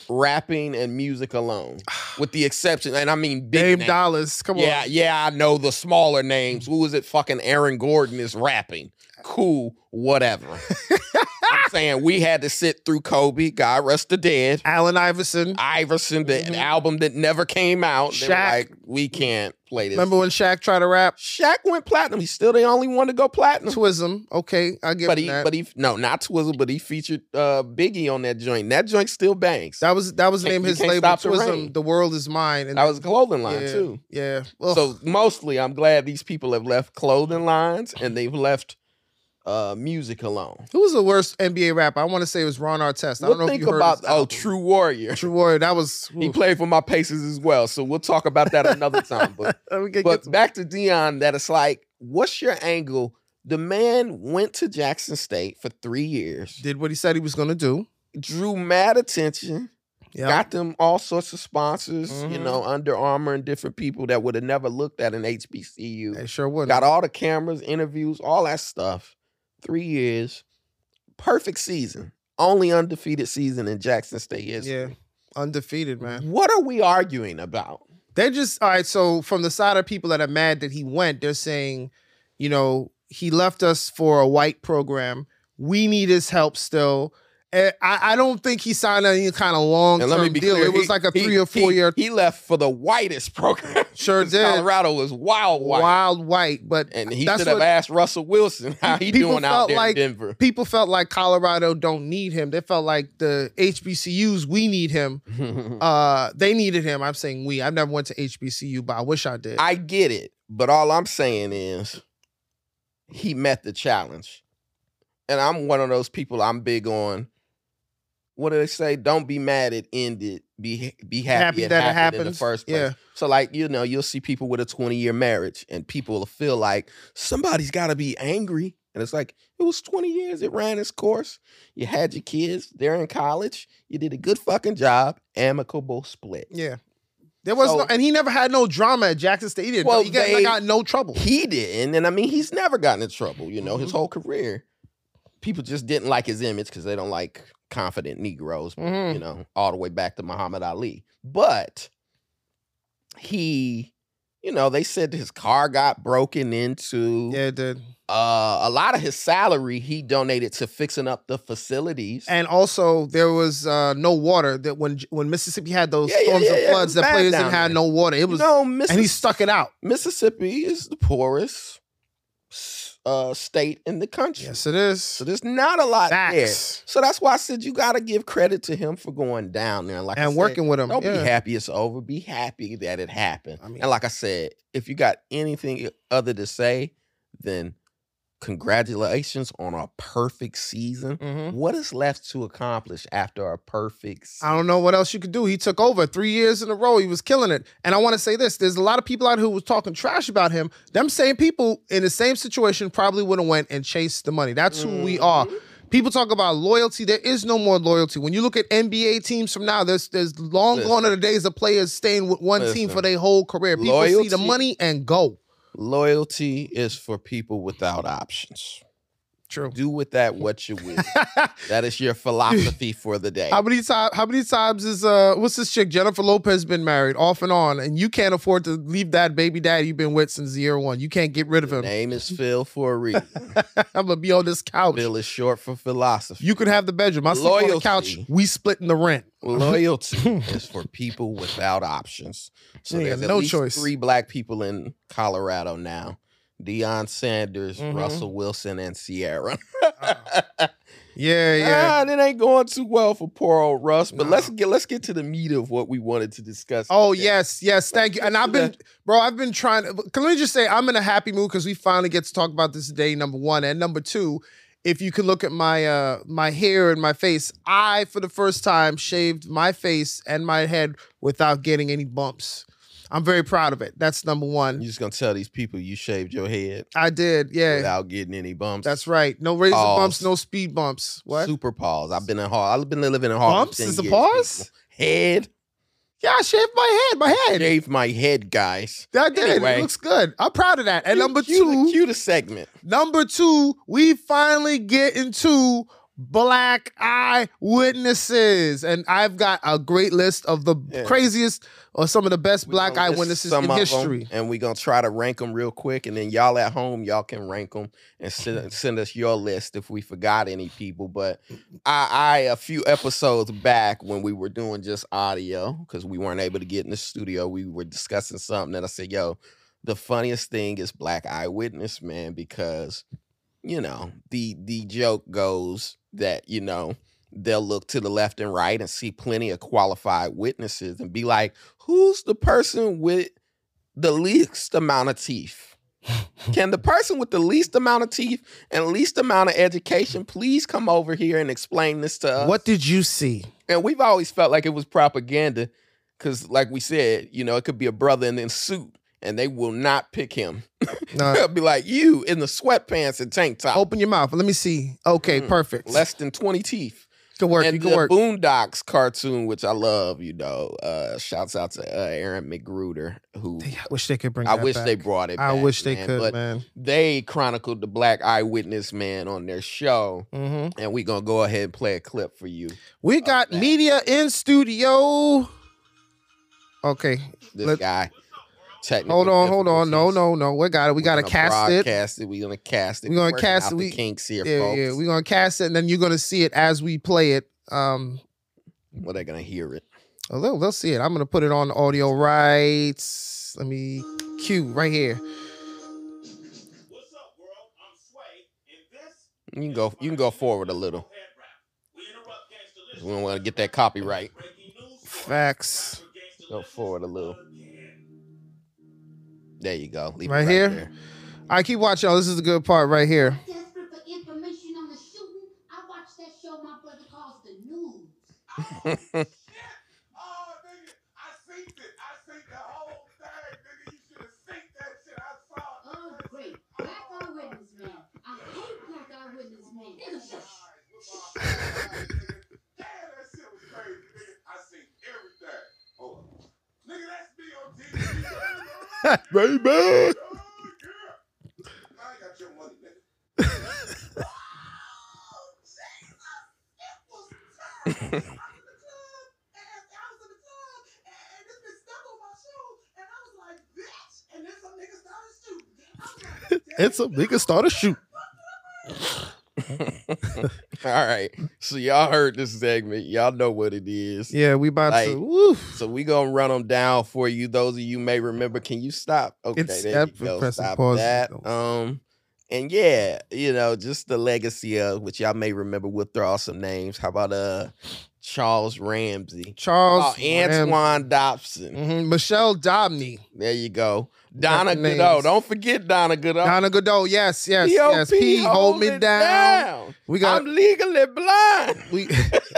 rapping and music alone, with the exception, and I mean big Dame names. Dollars. Come yeah, on. yeah, I know the smaller Mm. names. Who is it? Fucking Aaron Gordon is rapping. Cool, whatever. I'm saying we had to sit through Kobe, God rest the dead, Allen Iverson. Iverson, the an Mhm. album that never came out. They were Shaq. like, we can't play this. Remember when Shaq tried to rap? Shaq went platinum. He's still the only one to go platinum. Twism. Okay, I get But he, that. but he, no, not Twizzle, but he featured uh, Biggie on that joint. That joint still bangs. That, that was that was the name Can't- of you his can't label. stop the Twism. rain. The, world is mine. And was a clothing line yeah, too. Yeah. Ugh. So mostly, I'm glad these people have left clothing lines and they've left uh, music alone. who was the worst NBA rapper? I want to say it was Ron Artest. I We'll don't know think if you heard about his oh, album. True Warrior. True Warrior. That was. He played for my Pacers as well, so we'll talk about that another time. But Let me get- get but to- back to Dion, that it's like, what's your angle? The man went to Jackson State for three years, did what he said he was gonna do. drew mad attention, Yeah. got them all sorts of sponsors, you Mhm. know, Under Armour and different people that would have never looked at an HBCU. It sure would. Got all the cameras, interviews, all that stuff. Three years, perfect season, only undefeated season in Jackson State Yeah. history. Undefeated, man. What are we arguing about? They're just all right. So from the side of people that are mad that he went, they're saying, you know, he left us for a white program. We need his help still. And I, I don't think he signed any kind of long And let me term be deal. clear, it was he- like a he- three or four he- year He left for the whitest program. sure Because did Colorado was wild white, wild white, but and he That's should have what- asked Russell Wilson how he People doing out felt there like- in Denver. people felt like Colorado don't need him. They felt like the HBCUs we need him. Uh, they needed him. I'm saying we. I've never went to HBCU, but I wish I did. I get it, but all I'm saying is he met the challenge. And I'm one of those people I'm big on. What do they say? Don't be mad it ended. Be be happy, Happy it that it happened in the happened. first place. Yeah. So like, you know, you'll see people with a 20 year marriage and people will feel like somebody's gotta be angry. And it's like, it was 20 years, it ran its course. You had your kids, they're in college, you did a good fucking job, amicable split. yeah. There was So- no, and he never had no drama at Jackson State. He didn't. Well, he got, they- got no trouble. He didn't, and I mean, he's never gotten in trouble. You know, his Mhm. whole career, people just didn't like his image because they don't like confident Negroes. Mhm. You know, all the way back to Muhammad Ali. But he, you know, they said his car got broken into. Yeah, it did. Uh, a lot of his salary he donated to fixing up the facilities. And also, there was uh, no water. That when when Mississippi had those Yeah, yeah, storms yeah, and yeah, it floods, was the bad players down didn't have there. no water. It was, no, Mrs. and he stuck it out. Mississippi is the poorest s- uh, state in the country. Yes, it is. So there's not a lot there. Facts. So that's why I said you got to give credit to him for going down there. Like I And said, working with him. Don't yeah. be happy it's over. Be happy that it happened. I mean- and like I said, if you got anything other to say, then congratulations on a perfect season. Mhm. What is left to accomplish after a perfect season? I don't know what else you could do. He took over three years in a row. He was killing it. And I want to say this: there's a lot of people out who was talking trash about him. Them same people in the same situation probably would have went and chased the money. That's who we are. mm-hmm. People talk about loyalty. There is no more loyalty. When you look at NBA teams from now, there's there's long Listen. gone are the days of players staying with one team Listen. for their whole career. People see the Loyalty- money and go. Loyalty is for people without options. True. Do with that what you will. that is your philosophy for the day. How many times? How many times is uh? What's this chick Jennifer Lopez been married off and on, and you can't afford to leave that baby daddy you've been with since year one. You can't get rid of him. Name is Phil for a reason. I'm gonna be on this couch. Phil is short for philosophy. You can have the bedroom. I sleep on the Loyalty. couch. We splitting the rent. Loyalty is for people without options. So Yeah, there's at no least choice. three black people in Colorado now. Deion Sanders, Mhm. Russell Wilson, and Sierra. Yeah, yeah. ah, it ain't going too well for poor old Russ. But Nah. let's get let's get to the meat of what we wanted to discuss. Oh today. yes, yes. Thank you. And I've been, bro. I've been trying. To, can I just say I'm in a happy mood because we finally get to talk about this today. Number one and number two. If you can look at my uh my hair and my face, I for the first time shaved my face and my head without getting any bumps. I'm very proud of it. That's number You one. just gonna tell these people you shaved your head I did. Yeah, without Oh, getting any bumps. that's right. No razor Pause. bumps, no speed bumps. What? super pause. I've been in hard. I've been living in hard. Bumps is a pause? Head Yeah, I shaved my head. My head. shaved my head, guys. I did. Anyway. It looks good. I'm proud of that. And number Cue the- two, cue the segment. number two, we finally get into black eye witnesses. And I've got a great list of the Yeah. craziest or some of the best We black gonna eye list witnesses some in of 'em, history. and we're gonna try to rank them real quick, and then y'all at home, y'all can rank them and send, send us your list if we forgot any people. But I, I a few episodes back when we were doing just audio because we weren't able to get in the studio, we were discussing something, and I said, "Yo, the funniest thing is black eyewitness, man, because you know the the joke goes that you know." They'll look to the left and right and see plenty of qualified witnesses and be like, who's the person with the least amount of teeth? Can the person with the least amount of teeth and least amount of education please come over here and explain this to us? What did you see? and we've always felt like it was propaganda because, like we said, you know, it could be a brother in a suit and they will not pick him. No, They'll be like, you in the sweatpants and tank top, open your mouth. Let me see. Okay, Mm, perfect. less than 20 teeth. you can work. and You can the work. Boondocks cartoon, which I love, you know, uh, shouts out to uh, Aaron McGruder, who They- I wish they could bring. I that wish back. they brought it. I back, wish they man, could, But man. they chronicled the black eyewitness man on their show, hmm and we're gonna go ahead and play a clip for you. We got mm-hmm. that. media in studio. Okay, This Let- guy. Technical hold on, hold on. No, difficulties. no, no. We got it. We We're got to gonna cast it. broadcast it. We're gonna cast it. We're gonna working cast out it. the We- kinks here, Yeah, folks. yeah. We're gonna cast it, and then you're gonna see it as we play it. Um, well, they're gonna hear it. oh, they'll, they'll see it. I'm gonna put it on audio right. Let me cue right here. What's up, world? I'm Sway, and this. You can go. You can go forward a little. We interrupt Gangsta List. We don't want to get that copyright. Breaking news. Facts. Go forward a little. There you go. Leave it Right here? there. I keep watching. Oh, this is a good part right here. desperate for information on the shooting, I watched that show my brother calls the news. Oh, shit. Oh, nigga. I synced it. I synced the whole thing, nigga. You should have synced that shit. I saw it. Oh, great. Black eyewitness man. I hate black eyewitness man. Niggas are sh- Damn, that shit was crazy, nigga. I synced everything. Hold on. Nigga, that's me on TV. Baby. Oh, yeah. I ain't got your money, nigga. Oh, It's a nigga start a shoot. All right. So y'all heard this segment. Y'all know what it is. Yeah, we about to. Like, Woo. So we gonna run them down for you. Those of you may remember. Can you stop? Okay, It's- there you I'm go. pressing Stop pause. that. Um, and yeah, you know, just the legacy of which y'all may remember. We'll throw out some names. How about uh Charles Ramsey? Charles Oh, Antoine Dobson. hmm Michelle Dobney. There you go. Donna names. Goodall. Don't forget Donna Goodall. Donna Godot. Yes, yes, P.O.P. yes. P, hold me it down. down. We got. I'm legally blind. we.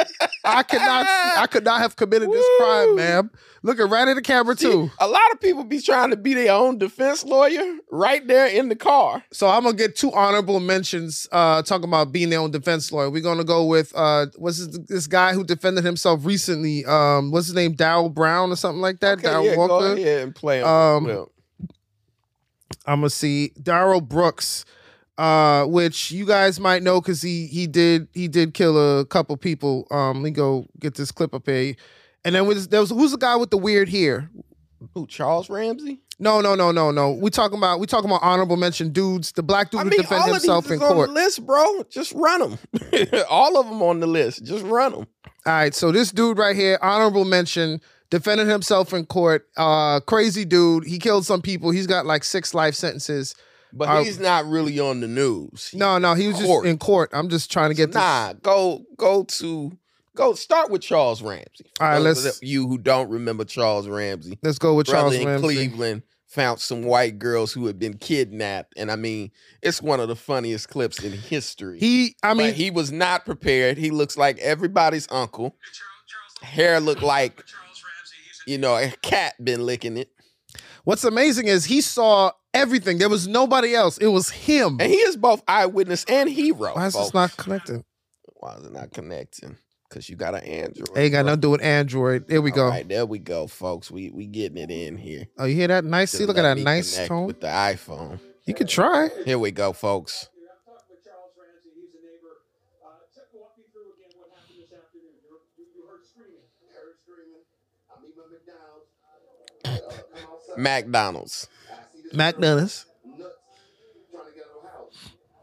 I could not. see- I could not have committed this crime, Woo. ma'am. Looking right at the camera See, too. A lot of people be trying to be their own defense lawyer right there in the car. So I'm gonna get two honorable mentions. Uh, talking about being their own defense lawyer. We're gonna go with uh, what's this, this guy who defended himself recently? Um, what's his name? Dow Brown or something like that. Okay, Darrell yeah, go Walker. ahead and play 'em. Um, Well, I'm gonna see Daryl Brooks, uh, which you guys might know because he he did he did kill a couple people. Um, let me go get this clip up here. And then was, there was who's the guy with the weird hair? who Charles Ramsey? No, no, no, no, no. We talking about we talking about honorable mention dudes. The black dude I who mean, defend all of these himself in is on court. the list, bro. Just run them. all of them on the list. Just run them. All right, so this dude right here, honorable mention, defended himself in court. Uh, crazy dude. He killed some people. He's got like six life sentences. But Uh, he's not really on the news. No, no, he was Court. just in court. I'm just trying to get this. nah. Go go to go start with Charles Ramsey. For All right, those of let's- you who don't remember Charles Ramsey, Let's go with brother Charles in Ramsey. Cleveland found some white girls who had been kidnapped, and I mean, it's one of the funniest clips in history. He, I I mean, mean, he was not prepared. He looks like everybody's uncle. Hair looked like, you know, a cat been licking it. what's amazing is he saw everything. There was nobody else. It was him. And he is both eyewitness and hero. Why is folks. this not connected? Why is it not connecting? Because you got an Android. It ain't got bro. nothing to do with Android. There we All go. right, there we go, folks. We we getting it in here. Oh, you hear that? Nice. See, Just look at let that me nice connect tone. with the iPhone. You could try. Here we go, folks. I'm talking with Charles Ramsey. He's a neighbor. Uh, took- walked me McDonald's. McDonald's.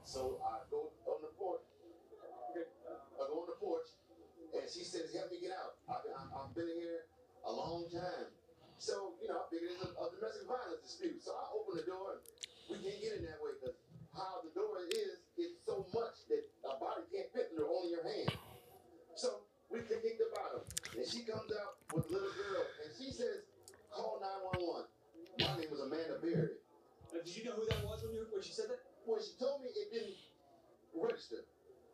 So I go on the porch. I go on the porch, and she says, "Help me get out. I've been, I- I've been in here a long time." So you know, I figured it's a, a domestic violence dispute. So I open the door. and We can't get in that way because how the door is, it's so much that a body can't fit through only your hand. So we can kick the bottom, and she comes out with a little girl, and she says, "Call 911." My name was Amanda Beard. Uh, Did you know who that was when, you, when she said that? Well, she told me it didn't register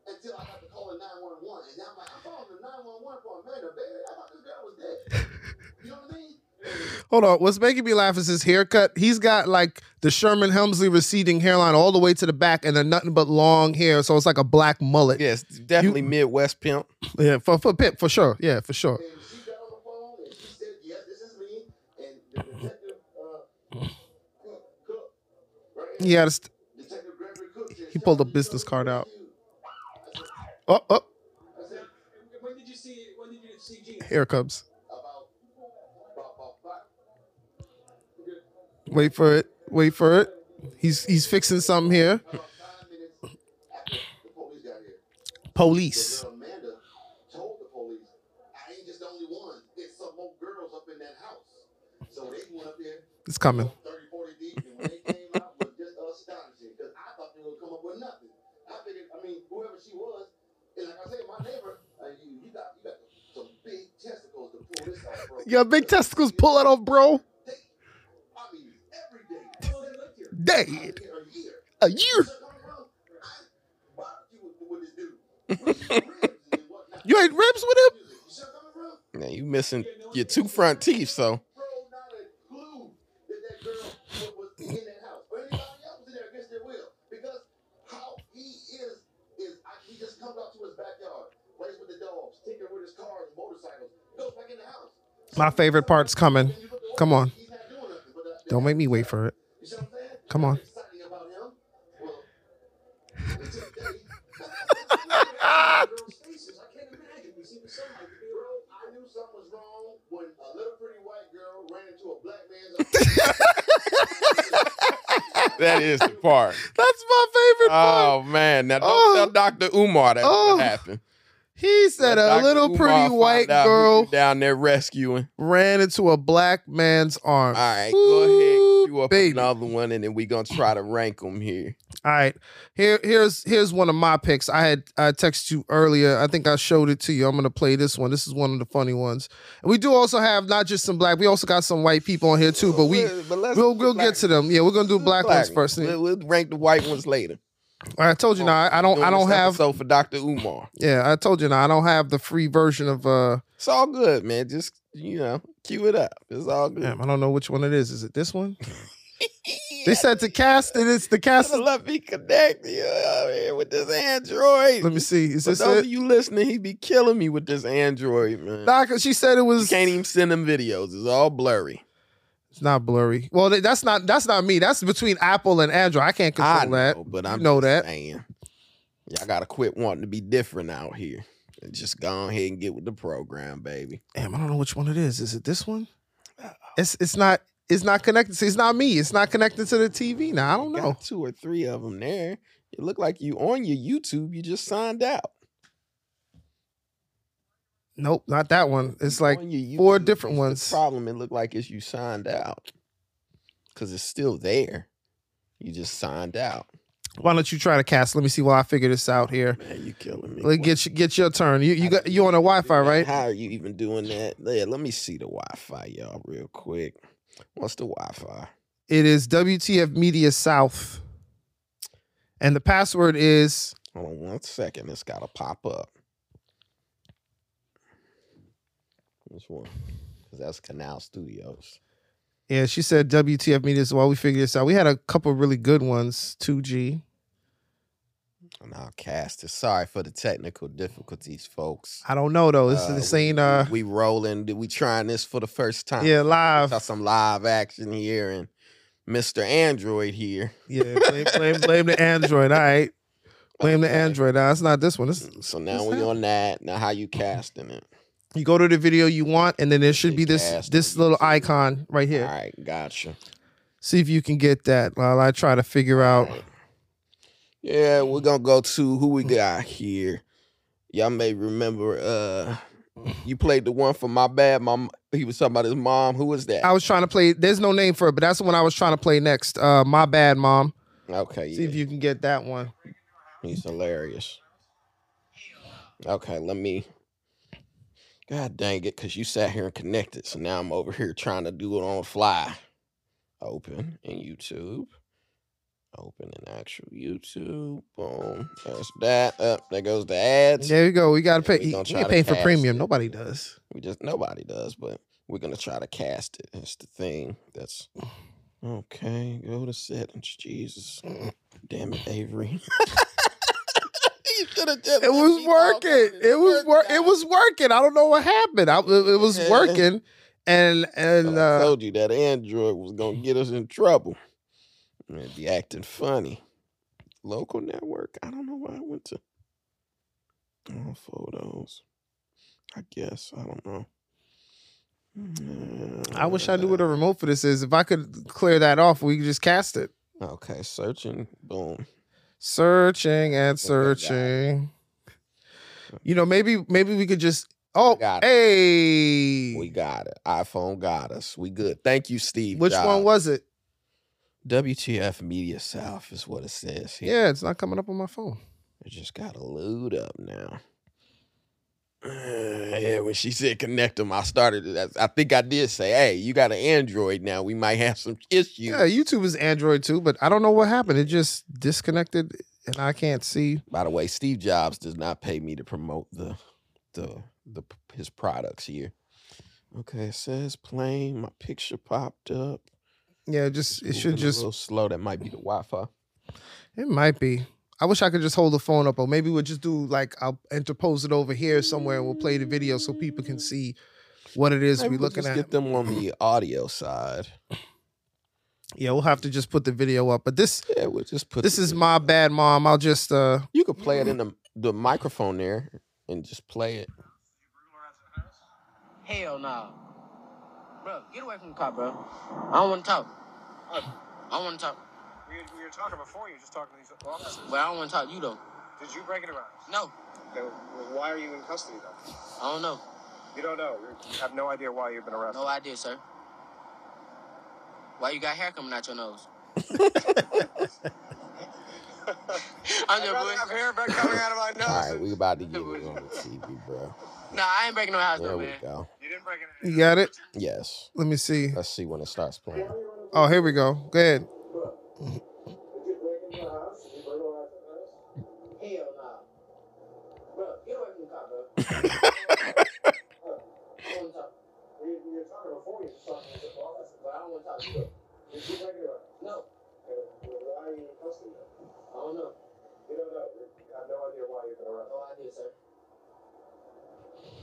until I got to call the 911. And now I'm like, I'm calling the 911 for Amanda Berry. I thought this girl was dead. You know what I mean? Hold on. What's making me laugh is his haircut. He's got like the Sherman Helmsley receding hairline all the way to the back and then nothing but long hair. So it's like a black mullet. Yes, definitely Midwest pimp. Yeah, for, for Pip, for sure. Yeah, for sure. And she got on the phone and she said, Yes, this is me. And the detective, uh, Cook, Cook, right? He had a st- Detective Gregory Cook said, He pulled a "Charlie, business Charlie, card out. it's you." oh, oh, I said, When did you see? When did you see Gina? here it comes. About, about, about five. Wait for it. Wait for it. He's he's fixing something here. About five minutes after the police got here. The Police. girl Amanda told the police, I ain't just the only one. It's some more girls up in that house. So they went up there, It's coming. 30, 40 deep, and when they came out, it was just astonishing because I thought they would come up with nothing. I figured, I mean, whoever she was, and like I said, my neighbor, uh, you, you got you got some big testicles to pull this off, bro. Your big testicles pull that off, bro. I mean, every day, How long they lived here? Day. a year. A year. You ate ribs with him? Now you missing your two front teeth, so My favorite part's coming. Come on. uh, Don't make me wait for it. You see what I'm saying? Come on. Exciting about him. Well, until today, Girls' faces. I can't imagine. We see the sunlight. We bro, were all- I knew something was wrong when a little pretty white girl ran into a black man's apartment. that is the part. That's my favorite part. Oh man, now don't Oh. tell Doctor Umar that's Oh. what happened. He said Let a Dr. little Umar pretty find white out who you girl down there rescuing. ran into a black man's All arms. right, Ooh, go ahead, you up baby. another one, and then we gonna try to rank them here. All right. Here here's here's one of my picks. I had I texted you earlier. I think I showed it to you. I'm gonna play this one. This is one of the funny ones. And we do also have not just some black, we also got some white people on here too, but we but let's we'll we'll get to them. Yeah, we're gonna do black, ones first. We'll, we'll rank the white ones later. I told you now I, I don't I don't have so for Doctor Umar. yeah, I told you now I don't have the free version of uh It's all good, man. Just you know, cue it up. It's all good. damn, I don't know which one it is. Is it this one? They said to cast and it's the cast. Just let me connect you out here with this Android. Let me see. Is For this those of it? you listening, he be killing me with this Android, man. Nah, 'cause she said it You was can't even send them videos. It's all blurry. It's not blurry. Well, th- that's not that's not me. That's between Apple and Android. I can't control I know, that. but I'm know that. just saying. Y'all gotta quit wanting to be different out here. And just go ahead and get with the program, baby. Damn, I don't know which one it is. Is it this one? It's it's not it's not connected. See, It's not me. It's not connected to the TV now. I don't You know. Got two or three of them there. It look like you on your YouTube. You just signed out. Nope, not that one. It's like On your four YouTube, different that's ones. the problem it looked like is you signed out because it's still there. You just signed out. why don't you try to cast? Let me see while I figure this out here. Man, you killing me. Let What- get you, get your turn. You you got you on a Wi-Fi, right? How are you even doing that? Yeah, let me see the Wi-Fi, y'all, real quick. What's the Wi-Fi? It is WTF Media South, and the password is Hold on one second. It's gotta pop up. Which one? Because that's Canal Studios. Yeah, she said WTF media so while we figure this out. We had a couple really good ones, 2G. And I'll cast it. Sorry for the technical difficulties, folks. I don't know though. This Uh, is this we- ain't uh we rolling. We trying this for the first time. yeah, live. Got some live action here and Mr. Android here. Yeah, blame, blame blame the Android. All right. Blame the Okay. Android. Nah, it's not this one. This So What's now Mm-hmm. we that? on that. Now how you casting it? You go to the video you want, and then there should be Big this ass this on little YouTube. icon right All here. right, gotcha. See if you can get that while I try to figure out. Yeah, we're gonna go to who we Mm-hmm. got here. Y'all may remember uh you played the one for my bad mom. He was talking about his mom. Who was that? I was trying to play. There's no name for it, but that's the one I was trying to play next. Uh, my bad, mom. Okay, See yeah. if you can get that one. He's hilarious. Okay, let me. God dang it, because you sat here and connected. So now I'm over here trying to do it on the fly. Open in YouTube. Open in actual YouTube. Boom. There's that. Up. there goes the ads. There you go. We gotta pay. We gonna You try ain't to paying for cast premium. it. Nobody does. We just nobody does, but we're gonna try to cast it. That's the thing. That's okay. Go to settings. Jesus, damn it, Avery. you should have just. It let was me log working. in the It was first wor- time. It was working. I don't know what happened. I, it, it was Yeah. working, and But and I uh, told you that Android was gonna get us in trouble. It'd be acting funny. Local network. I don't know why I went to. Oh, photos. I guess I don't know. I wish I knew Uh, what a remote for this is. If I could clear that off, we could just cast it. Okay, searching. Boom. Searching and think I got it. searching. You know, maybe maybe we could just. Oh, got it. hey, We got it. iPhone got us. We good. Thank you, Steve. which one Jobs. was it? WTF Media South is what it says here. Yeah, it's not coming up on my phone. I just gotta load up now. Uh, yeah, when she said connect them, I started. it. I I think I did say, "Hey, you got an Android now. We might have some issues." Yeah, YouTube is Android too, but I don't know what happened. It just disconnected, and I can't see. By the way, Steve Jobs does not pay me to promote the the the p- his products here. Okay, it says playing. My picture popped up. Yeah, just it It's should moving a just. little slow. That might be the Wi-Fi. It might be. I wish I could just hold the phone up, or maybe we'll just do like I'll interpose it over here somewhere, and we'll play the video so people can see what it is Maybe we're we'll looking just at. Get them on the audio side. yeah, we'll have to just put the video up. But this Yeah, we'll just put. this the is video. my bad, mom. I'll just uh You could play it in the the microphone there and just play it. Hell no. Bro, get away from the car, bro. I don't want to talk. I don't want to talk. We, we were talking before. You were just talking to these officers. But I don't want to talk to you, though. Did you break it around? No, Then why are you in custody though? I don't know. You don't know. You have no idea why you've been arrested. No idea, sir. Why you got hair coming out your nose? I'm I'd rather just have bullshit. hair back coming out of my nose. All right, than- we about to get it on the TV, bro. Nah, I ain't breaking no house, There no we man. go. You didn't break it. you got it. Yes. Let me see. Let's see when it starts playing. Oh, here we go. Go ahead. Hell no. Bro, get away from the car, bro. I don't want to talk. We, we were talking before you were talking to the officer, but I don't want to talk to you. Did you break it up? No, Uh, Why are you in custody? though? I don't know. You don't know. You have no idea why you've been arrested. No idea, sir.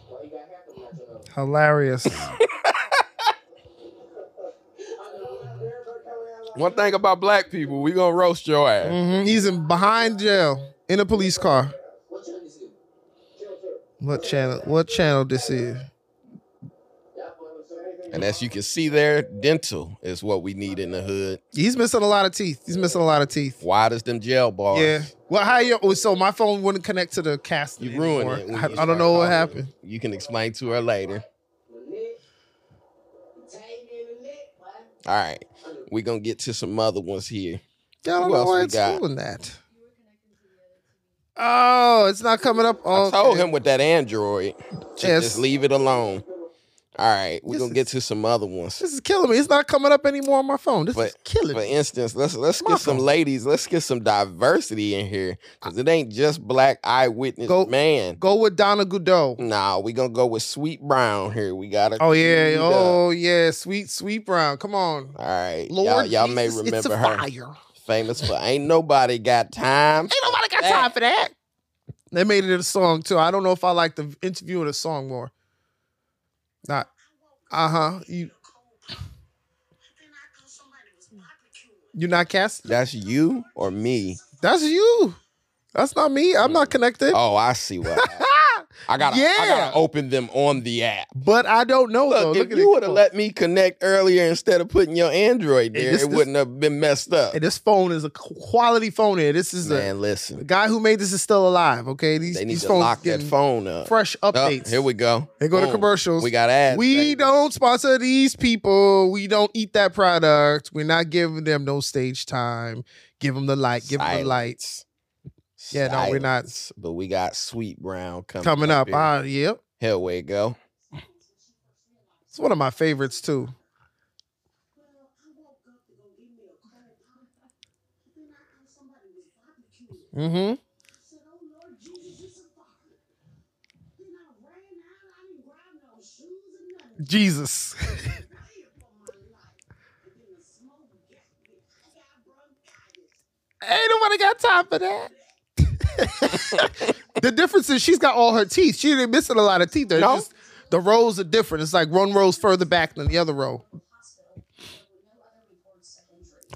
Why you got hair coming out your nose? Hilarious. One thing about black people, we gonna roast your ass. hmm He's in behind jail in a police car. What you is it? What channel? What channel this is? That boy was And as you can see there, dental is what we need in the hood. He's missing a lot of teeth. He's missing a lot of teeth. Why does them jail bars? Yeah. Well, how you? oh, So my phone wouldn't connect to the cast. You ruined anymore. it. when I, you I start don't know what talking. happened. You can explain to her later. All right, we gonna get to some other ones here. Yeah, I don't Who know else why we it's got? doing that. Oh, it's not coming up. Oh, I told okay. him with that Android, to Yes. just leave it alone. All right, we're This gonna get to some other ones. This is killing me. It's not coming up anymore on my phone. This But- is killing For me. instance, let's let's My get some phone. ladies. Let's get some diversity in here because it ain't just black eyewitness Go- man. Go with Donna Goodell. Nah, we gonna go with Sweet Brown here. We gotta. Oh yeah. clean it up. Oh yeah. Sweet, sweet Brown. Come on. All right, Lord, y'all, y'all may Jesus, remember it's a her. fire. Ain't Famous for ain't nobody got time. nobody got time for that. They made it a song too. I don't know if I like the interview or the song more. Not. Uh huh. You. You're not cast. That's you or me. That's you. That's not me. I'm not connected. Oh, I see what. happened. I gotta, I Yeah. gotta open them on the app. But I don't know though. Look, Look if at you it. would have let me connect earlier instead of putting your Android Hey, there, this- it this- wouldn't have been messed up. Hey, this phone is a quality phone. Here, this is Man, a the listen, guy who made this is still alive. Okay, these they need these to phones lock that getting phone up. fresh Up, updates. here we go. They go to Boom. commercials. We got ads. We don't sponsor these people. We don't eat that product. We're not giving them no stage time. Give them the light. Give them the lights Yeah, no, we're not. Silence. But we got Sweet Brown coming, coming up. here. Ah, yep. here we go. It's one of my favorites too. Mm-hmm. Jesus. Ain't nobody got time for that. the difference is she's got all her teeth. She ain't missing a lot of teeth. They're No. just- the rows are different. It's like one row's further back than the other row.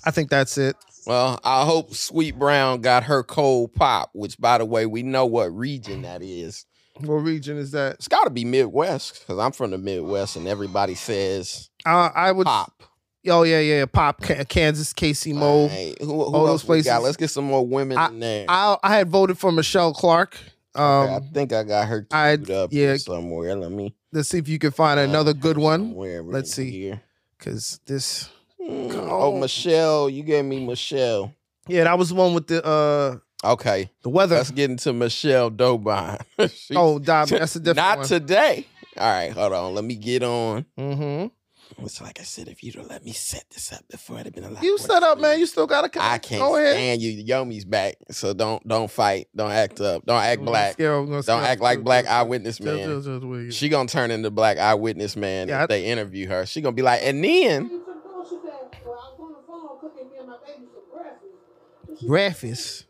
I think that's it. Well, I hope Sweet Brown got her cold pop, which, by the way, we know what region that is. What region is that? It's got to be Midwest because I'm from the Midwest, and everybody says Uh, I would. pop. Oh yeah, yeah. yeah. Pop Ka- Kansas, Casey Mo. Hey, who, who all else those we got? places. Let's get some more women in there. I I had voted for Michelle Clark. Um, Okay, I think I got her I- queued up yeah. somewhere. Let me let's see if you can Uh, find another good one. somewhere Let's in see. Here. Cause this, Mm, Go. Oh, Michelle, you gave me Michelle. yeah, that was the one with the uh Okay, the weather. let's get into Michelle Dobine. She- Oh, Dob, that's a different not one. today. All right, hold on. Let me get on. mm-hmm. It's like I said, if you don't let me set this up before, it'd been a lot. You worse set up, for man. you. You still got to. I can't Go ahead. stand you. Yomi's back, so don't don't fight. Don't act up. Don't act Mm, black. Don't act like black eyewitness man. She gonna turn into black eyewitness man Yeah, I- if they interview her. She gonna be like, and then Breakfast.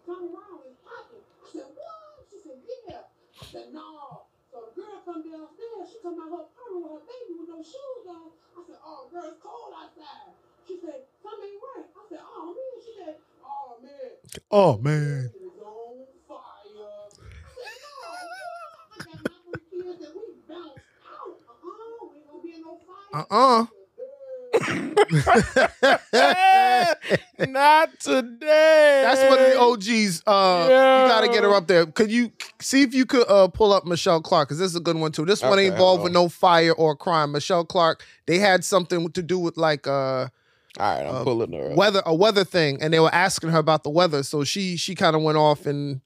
Oh man. Uh uh not today. That's one of the OGs. Uh, You gotta get her up there. Could you see if you could uh, pull up Michelle Clark? Cause this is a good one too. This one Okay, ain't involved hold with no fire or crime. Michelle Clark. They had something to do with like uh, All right, I'm Uh, pulling her up. weather, a weather thing, and they were asking her about the weather. So she she kind of went off and,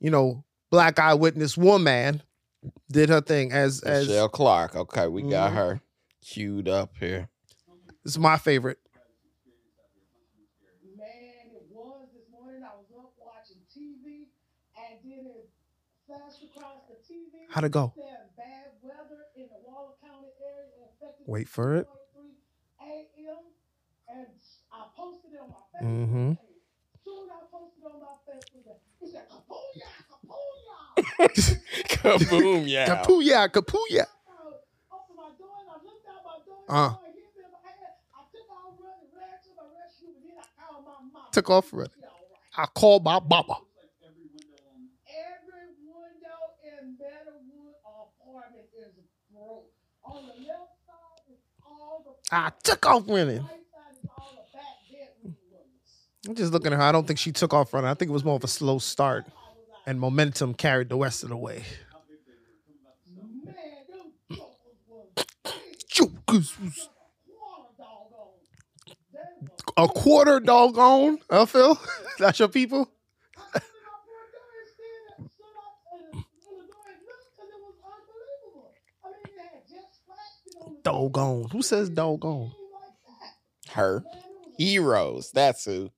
you know, black eyewitness woman did her thing as as Michelle Clark. Okay, we got Mhm. her queued up here. it's my favorite. Man, it was this morning. I was up watching TV, and then it flashed across the TV. How'd it go? Saying bad weather in the Waller County area affected Wait for it. 3 a.m. And I posted it on my Facebook. Mm-hmm. page. Soon I posted on my Facebook. It said, "Kapuya, Kapuya!" Kaboom! Yeah. Kapuya, kapuya. Open my door and I looked out my door. Uh. And I hit them. I took out running, ran to my restroom, and then I called my mom. Took off running. She all right. I called my mama. Every window in Meadowwood apartment is broke. On the left side is all the I took off running. right side is all the back bedroom windows. I'm just looking at her. I don't think she took off running. I think it was more of a slow start, and momentum carried the rest of the way. Man, them jokers was Jokers was quarter doggone. They were A quarter doggone, huh, Phil? That's your people? I opened my front door and stood up, stood up and in the door and looked because it was unbelievable. I mean, they had just splashed it on the Doggone. Who says doggone? thing like that. Her Man, it was heroes. That's who.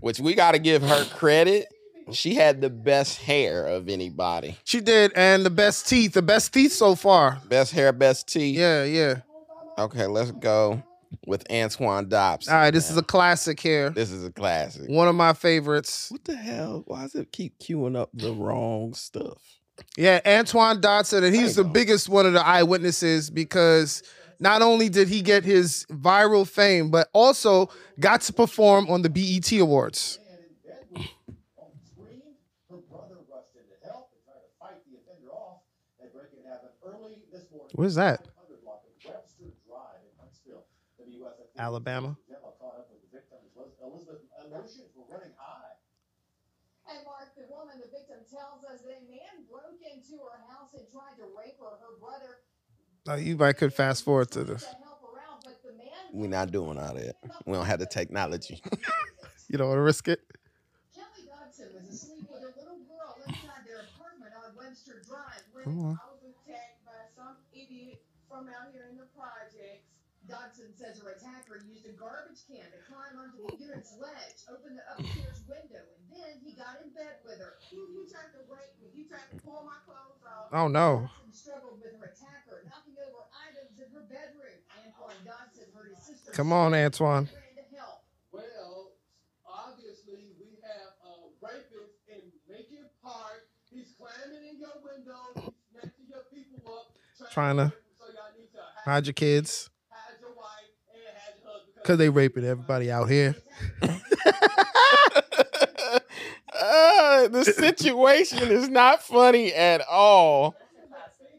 Which we got to give her credit. She had the best hair of anybody. She did, and the best teeth, the best teeth so far. Best hair, best teeth. Yeah, yeah. Okay, let's go with Antoine Dobbs. All right, this is a classic here. This is a classic. One of my favorites. What the hell? Why does it keep queuing up the wrong stuff? Yeah, Antoine Dotson, and he's the biggest one of the eyewitnesses because not only did he get his viral fame, but also got to perform on the BET Awards. Her brother rushed in to help and tried to fight the offender off, Where's that? Alabama. And Mark, the woman, the victim, tells us that a man broke into her house and tried to rape her. Her brother Oh, you might could fast forward to this. We're not doing all that. We don't have the technology. You don't want to risk it. Kelly Dodson was asleep with a little girl inside their apartment on Webster Drive when Come on. I was attacked by some idiot from out here in the projects. Dodson says her attacker used a garbage can to climb onto the unit's ledge, open the upstairs window, and then he got in bed with her. You, you tried to rape me. You tried to pull my clothes off. Oh, no. Dodson struggled with her attacker, knocking over items in her bedroom. Antoine Dodson heard his sister. Come on, scream Antoine. and ran to help. Well, obviously we have uh, a rapist in Lincoln Park. He's climbing in your window. He's snatching your people up. Trying to hide your kids. Because they raping everybody out here. Ah, Uh, the situation is not funny at all.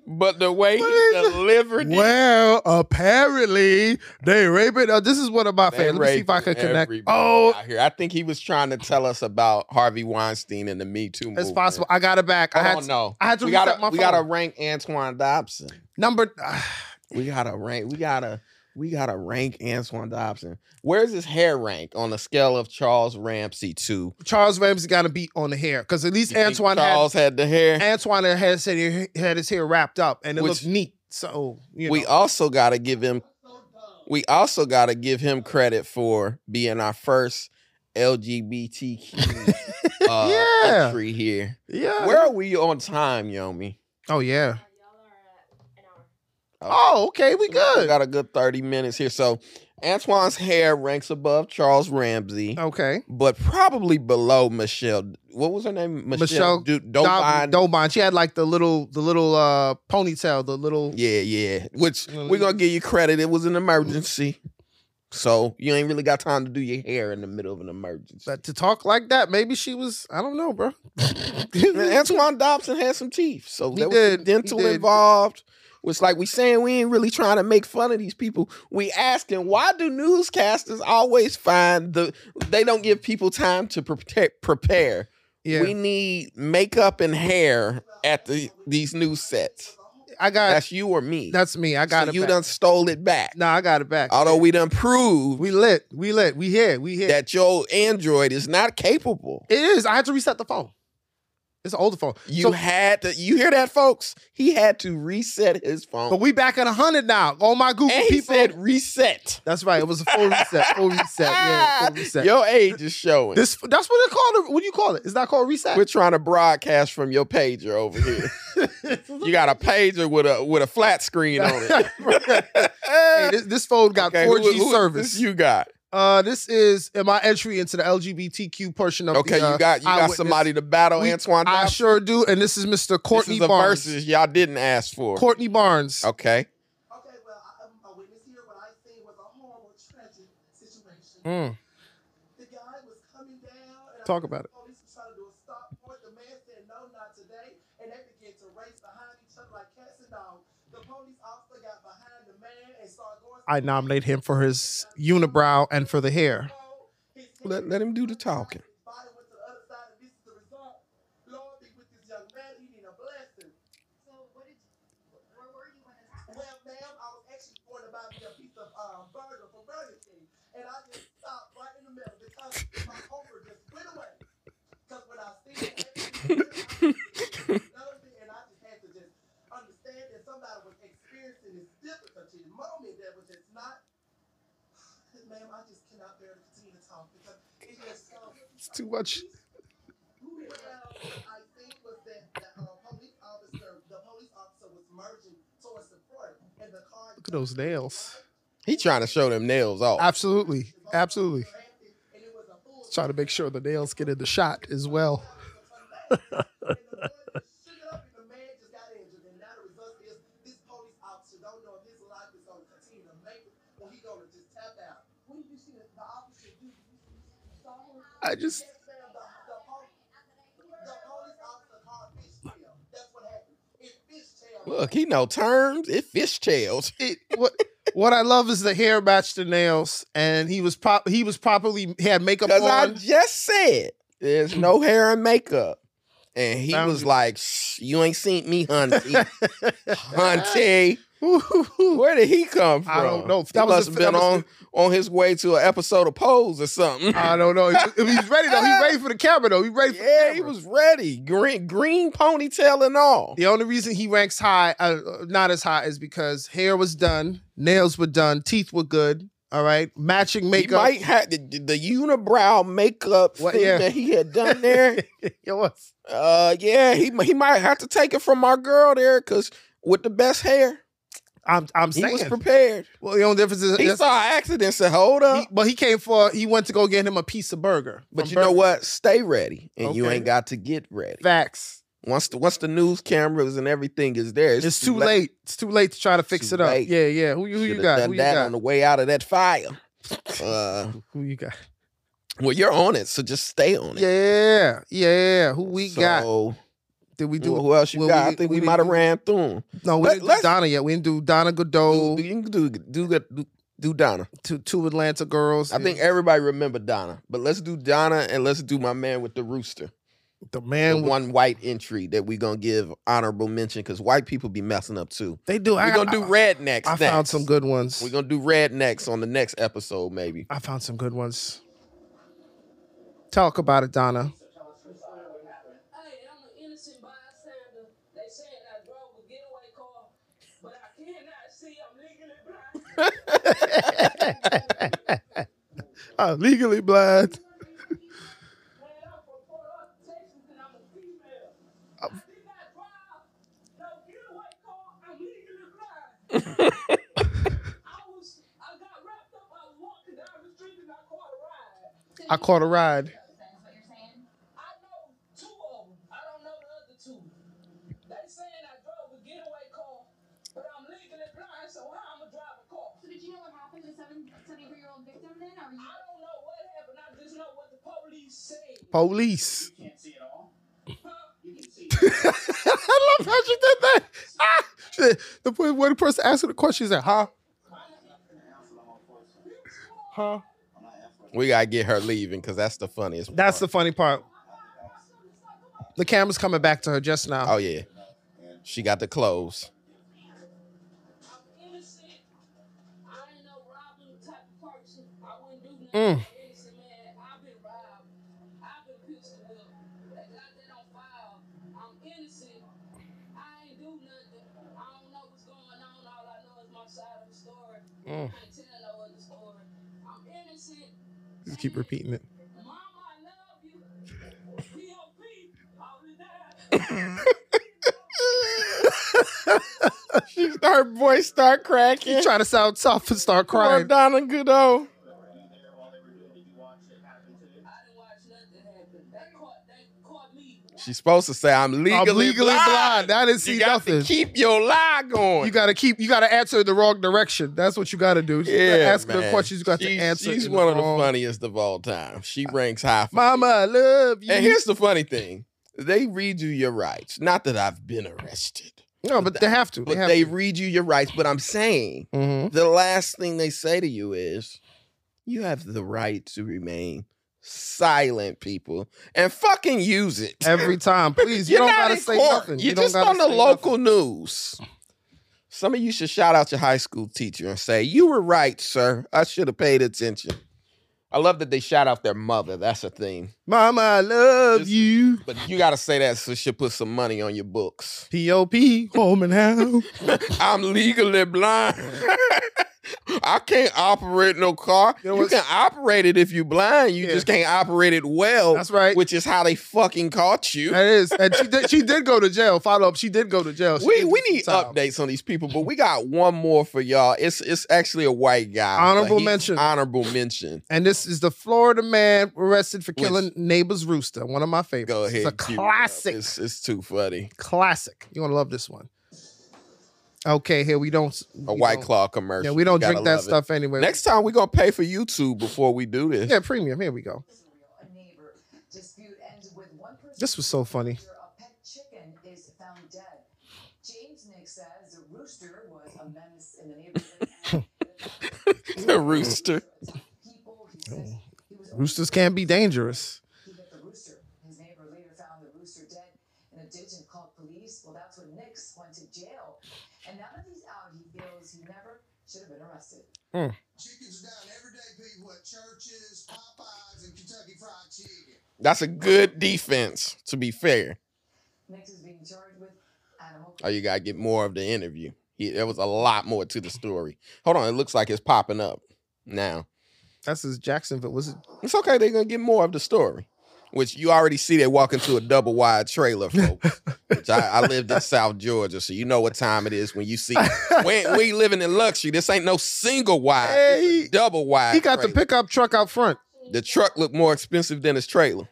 But the way he delivered it, Well, apparently they raping. Oh, this is one of my they favorites. Let me see if I raping can connect. everybody Oh, out here. I think he was trying to tell us about Harvey Weinstein and the Me Too movement. it's possible. I got it back. I I had don't to- know. I had to we reset gotta, my We phone. gotta rank Antoine Dobson. number. We gotta rank. We gotta. We gotta rank Antoine Dobson. Where's his hair rank on the scale of Charles Ramsey to? Charles Ramsey got to beat on the hair because at least You think Antoine had, Charles had, the hair. Antoine had said he had his hair wrapped up and it Which- looked neat. So you know, we also got to give him we also got to give him credit for being our first LGBTQ uh, Yeah. country here. yeah. Where are we on time, Yomi? Oh yeah. Oh, okay, we We good. got a good 30 minutes here. So Antoine's hair ranks above Charles Ramsey, Okay. but probably below Michelle. What was her name? Michelle Du- Dobin. Dobin. Dobin. She had like the little the little uh ponytail, the little Yeah, yeah. Which we're gonna give you credit. It was an emergency. So you ain't really got time to do your hair in the middle of an emergency. but to talk like that, maybe she was I don't know, bro. And Antoine Dobson had some teeth, so He there was some did. He dental did. involved. Which, like we saying, we ain't really trying to make fun of these people. We asking why do newscasters always find the they don't give people time to protect prepare. Yeah. We need makeup and hair at the these news sets. I got that's, That's you or me. me. I got so it you back. done stole it back. no, I got it back. Although we done proved we lit. We lit. We here. We here. Oh. that your Android is not capable. it is. I had to reset the phone. It's an older phone. You So- had to. You hear that, folks? He had to reset his phone. but we back at hundred now. All my Google and he people. said reset. Ah, that's right. It was a full reset. Full reset. Yeah, full reset. Your age is showing. This that's what they call it. What do you call it? It's not called reset. We're trying to broadcast from your pager over here. you got a pager with a with a flat screen on it. Hey, this, this phone got Okay, 4G who- who is service. this you got Uh, this is uh, my entry into the LGBTQ portion of okay. the. uh, you got you got Eyewitness. somebody to battle We- Antoine. I Dobson? sure do, and this is Mr. this Courtney is a Barnes. versus y'all didn't ask for. Courtney Barnes. Okay. Okay, well, I, I'm a witness here. What I seen was a horrible, tragic situation. Mm, The guy was coming down, and Talk I about it. the police was trying to do a stop point. The man said, "No, not today," and they began to race behind each other like cats and dogs. The police officer got behind the man and started going. I nominate him for his unibrow and for the hair. His head Let, let him do the talking. his body went to the other side, and this is the result. Lord be with this young man. He need a blessing. So what did you, where were you when it happened? Well, ma'am, I was actually going to buy me a piece of um, burger from Burger King, and I just stopped right in the middle because my hunger just went away. Because when I seen it, and I just had to just understand that somebody was experiencing this difficulty, the moment that was just not. Ma'am, I just cannot bear to continue to talk because it just comes. It's too much. Well, I think was that the uh, police officer, the police officer was merging towards the court, and the car Look at those nails. He trying to show them nails off. Absolutely, absolutely. drafted, and it was a full Trying to make sure the nails get in the shot as well. and the man just shook it up, and the man just got injured. And now the result is this police officer don't know if his life is going to continue to make it or he going to just tap out. When you see the, the officer do, you saw him. I just Yes, ma'am, the, the, pol- the police officer called fishtail. That's what happened. If fishtail Look, he know terms. It fish tails. It, what what I love is the hair matched the nails, and he was pop he was properly he had makeup Because on. I just said there's no hair and makeup. And he was like, Shh, you ain't seen me, hunty. hunty. Where did he come from? I don't know. That That he was must a- have that been was- on, on his way to an episode of Pose or something. I don't know. If he's ready though, he's ready for the camera though. He's ready for Yeah, he was ready. Green, green ponytail and all. The only reason he ranks high, uh, uh, not as high, is because hair was done, nails were done, teeth were good. All right, matching He makeup. might have the, the unibrow makeup What- thing yeah. that he had done there. it was. Uh, yeah, he he might have to take it from our girl there because with the best hair, I'm I'm he saying. was prepared. well, the only difference is He that's- saw an accident, said, "Hold up!" he- but he came for he went to go get him a piece of burger. but from you know Burger what? Stay ready, and you Okay. ain't got to get ready. Facts. Once the once the news cameras and everything is there, it's, It's too late. It's too late to try to fix Too it up. late. Yeah, yeah. Who you who you Should've got? done Who you that got? on the way out of that fire. Uh, Who you got? well, you're on it, so just stay on it. Yeah, yeah. Who we got? So, Did we do who who else you well, got? I think we, didn't might have do- ran through 'em. No, we Let- didn't do let's- Donna yet. We didn't do Donna Godot, Do you can do do do, do Donna? two, two Atlanta girls. I think everybody remember Donna, but let's do Donna and let's do my man with the rooster. the The man. one white entry that we gonna give honorable mention because white people be messing up too. they do. I We're gonna do I- rednecks. I found next. some good ones. We're gonna do rednecks on the next episode, maybe. I found some good ones. Talk about it, Donna. Hey, I'm an innocent bystander. They said I drove a getaway car, but I cannot see. I'm legally blind. I'm legally Man, blind. I'm from Fort Worth, Texas, and I'm a female. I did not drive no getaway car. I'm legally blind. I was, I got wrapped up. I was walking down the street and I caught a ride. I caught a ride. I know two of them. I don't know the other two. They saying I drove a getaway car, but I'm legally blind, so how I'ma drive a car? So did you know what happened to seven, 73 year old victim then? Or you... I don't know what happened. I just know what the police said. Police. Can't see it all. I love how she did that. Ah! She said- the point when the person asked her the question, she said, huh? Huh? We gotta get her leaving because that's the funniest. That's the part. funny part. The camera's coming back to her just now. oh yeah. She got the clothes. I'm innocent. I ain't no robbing type of person. I wouldn't do nothing. Mm. I'm innocent, man. I've been robbed. I've been pistol whipped. They got that on file. I'm innocent. I ain't do nothing. I don't know what's going on. All I know is my side of the story. I ain't telling no other story. I'm innocent. Just keep repeating it. Mama, I love you. P.O.P. I'll be there. she, her voice start cracking. You trying to sound tough and start crying. Donna Goodo. I didn't watch nothing happen. They caught, they caught me. She's supposed to say, "I'm legally, I'm legally blind. I didn't see you got nothing. To keep your lie going. You gotta keep. You gotta answer in the wrong direction. That's what you gotta do. You gotta ask her man. questions. You got She's- to answer. She's in one of the wrong- funniest of all time. She ranks high. For Mama, I love you. And here's the funny thing: they read you your rights. Not that I've been arrested, no, but they have to. but they, have they Mm-hmm. to. read you your rights. But I'm saying Mhm. the last thing they say to you is, "You have the right to remain silent, people, and fucking use it." every time. Please, you You're don't not gotta in say court. nothing. You're You don't just gotta on the say local news. Some of you should shout out your high school teacher and say, "You were right, sir. I should have paid attention." I love that they shout out their mother. That's a thing. nothing. Mama, I love Just- you. But you gotta say that so she'll put some money on your books. P.O.P. Home and house. I'm legally blind. I can't operate no car. You know you what's- can operate it if you're blind. You Yeah. just can't operate it well. That's right. Which is how they fucking caught you. that is, and she did. She did go to jail. Follow up. She did go to jail. She we did we do need some time. updates on these people, but we got one more for y'all. It's it's actually a white guy. but Honorable he's mention. Honorable mention. And this is the Florida man arrested for Which- killing neighbor's rooster. One of my favorites. Go ahead. It's a cue it up. classic. It's, it's too funny. classic. You're gonna love this one. Okay, here we don't. A we White don't- Claw Yeah, commercial. we don't You gotta drink that love it. stuff anyway. Next time we're gonna pay for YouTube before we do this. yeah, premium. Here we go. is real. A neighbor dispute ends with one person. This was so funny. A pet chicken is found dead. James Nix says the rooster was a menace in the neighborhood. the rooster. Oh. Roosters can be dangerous. He hit the rooster. His neighbor later found the rooster dead in a ditch and called police. Well, that's when Nix went to jail. And now that he's out, he feels he never should have been arrested. Hmm. Chickens down every day, people at churches, Popeyes, and Kentucky Fried Chicken. That's a good defense, to be fair. Nix is being charged with animal Oh, you gotta get more of the interview. He, there was a lot more to the story. Hold on, it looks like it's popping up now. That's his Jacksonville. Was it? It's okay. They're gonna get more of the story, which you already see. They walk into a double wide trailer, folks. which I, I lived in South Georgia, so you know what time it is when you see. We, ain't- we ain't living in luxury. This ain't no single wide, it's a double wide. He got the trailer. pickup truck out front. The truck looked more expensive than his trailer.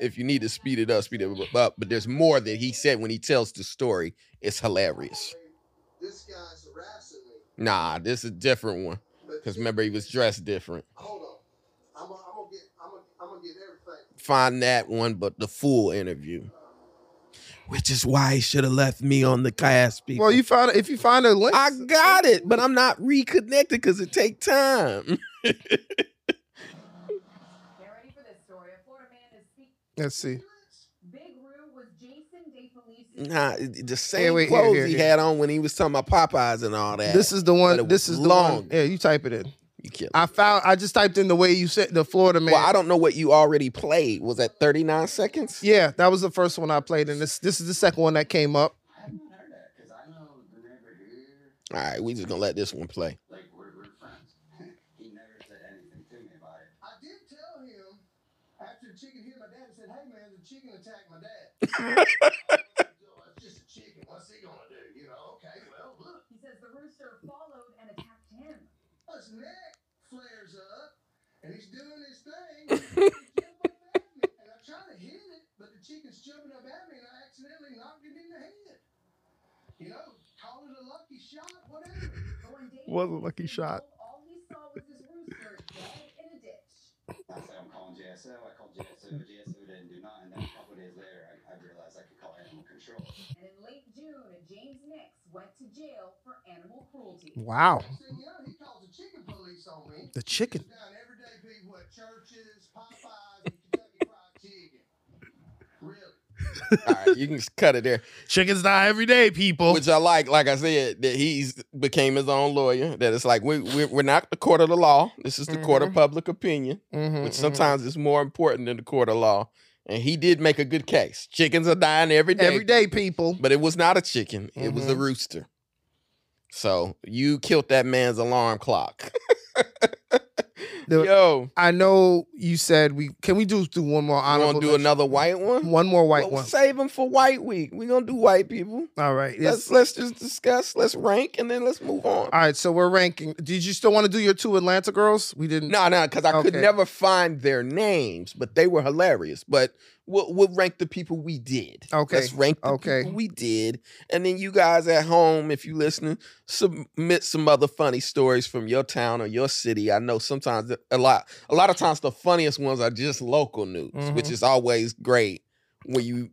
If you need to speed it up, speed it up. But there's more that he said when he tells the story. It's hilarious. This guy's harassing me. Nah, this is a different one. Cause remember he was dressed different. Hold on. I'm gonna I'm gonna get I'm gonna I'm gonna get everything. Find that one, but the full interview. Which is why he should have left me on the cast. People. Well, you found if you find a link. I got it, but I'm not reconnected because it take time. Get ready for this story. A Florida man is speaking. Let's see. Big Roo was Jason Day Police. Nah, it- it- the same wait, here, clothes here, he here. had on when he was talking about Popeyes and all that. This is the But one. it This was is the long. one. Yeah, you type it in. You killed I found. I just typed in the way you said the Florida man. Well, I don't know what you already played. Was that 39 seconds? yeah, that was the first one I played, and this this is the second one that came up. All right, we just gonna let this one play. Like we're, we're friends. he never said anything to me about it. I did tell him after the chicken hit my dad and said, Hey man, the chicken attacked my dad. oh, it's just a chicken. What's he gonna do? You know, okay, well look. He says the rooster followed and attacked him. His neck flares up and he's doing his thing. and he's jumping up at me. And I try to hit it, but the chicken's jumping up at me and I accidentally knocked it in the head. You know, call it a lucky shot, whatever. Was a lucky shot. All he saw was his rooster dead in a ditch. I said, I'm calling JSO. I called JSO. JSO didn't do nothing. Then a couple days later, I, I realized I could call animal control. And in late June, James Nix went to jail for animal cruelty. Wow, So, you know, he calls the chicken police on me. the chicken. Down every day, people at churches, Popeyes, and Kentucky Fried Chicken. Really? All right, you can just cut it there. Chickens die every day, people. Which I like, like I said, that he's became his own lawyer. That it's like we we're, we're not the court of the law. This is the court Mm-hmm. of public opinion, Mhm, which mhm. sometimes is more important than the court of law. And he did make a good case. Chickens are dying every day, every day, people. but it was not a chicken. It was a Mhm. rooster. So you killed that man's alarm clock. The- Yo, I know you said we can we do do one more you honorable. want to do mention? another white one? one more white Well, one. Save them for White Week. We're gonna do white people. All right. Let's yes. let's just discuss. Let's rank and then let's move on. All right. So we're ranking. Did you still want to do your two Atlanta girls? We didn't. No, no, because I could Okay. never find their names, but they were hilarious. But we'll, we'll rank the people we did. Oh, Okay. Let's rank the Okay. people we did. And then you guys at home, if you listening, submit some other funny stories from your town or your city. I know sometimes th- a lot a lot of times the funniest ones are just local news, which Mhm. is always great when you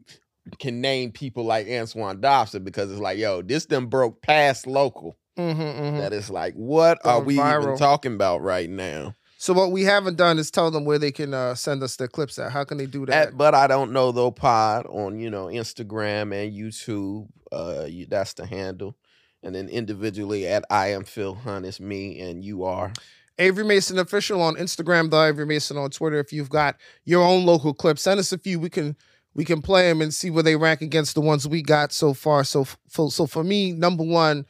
can name people like Antoine Dobson because it's like, yo, this them broke past local. Mm-hmm, mm-hmm. That is like, what are Going we even viral. talking about right now? So what we haven't done is tell them where they can uh, send us their clips at. How can they do that? At but I don't know though pod on you know Instagram and YouTube. Uh, you, that's the handle, and then individually at I am Phil Hunt. It's me and you are. Avery Mason official on Instagram, the Avery Mason on Twitter. If you've got your own local clips, send us a few. We can we can play them and see where they rank against the ones we got so far. So f- for, so for me, number one,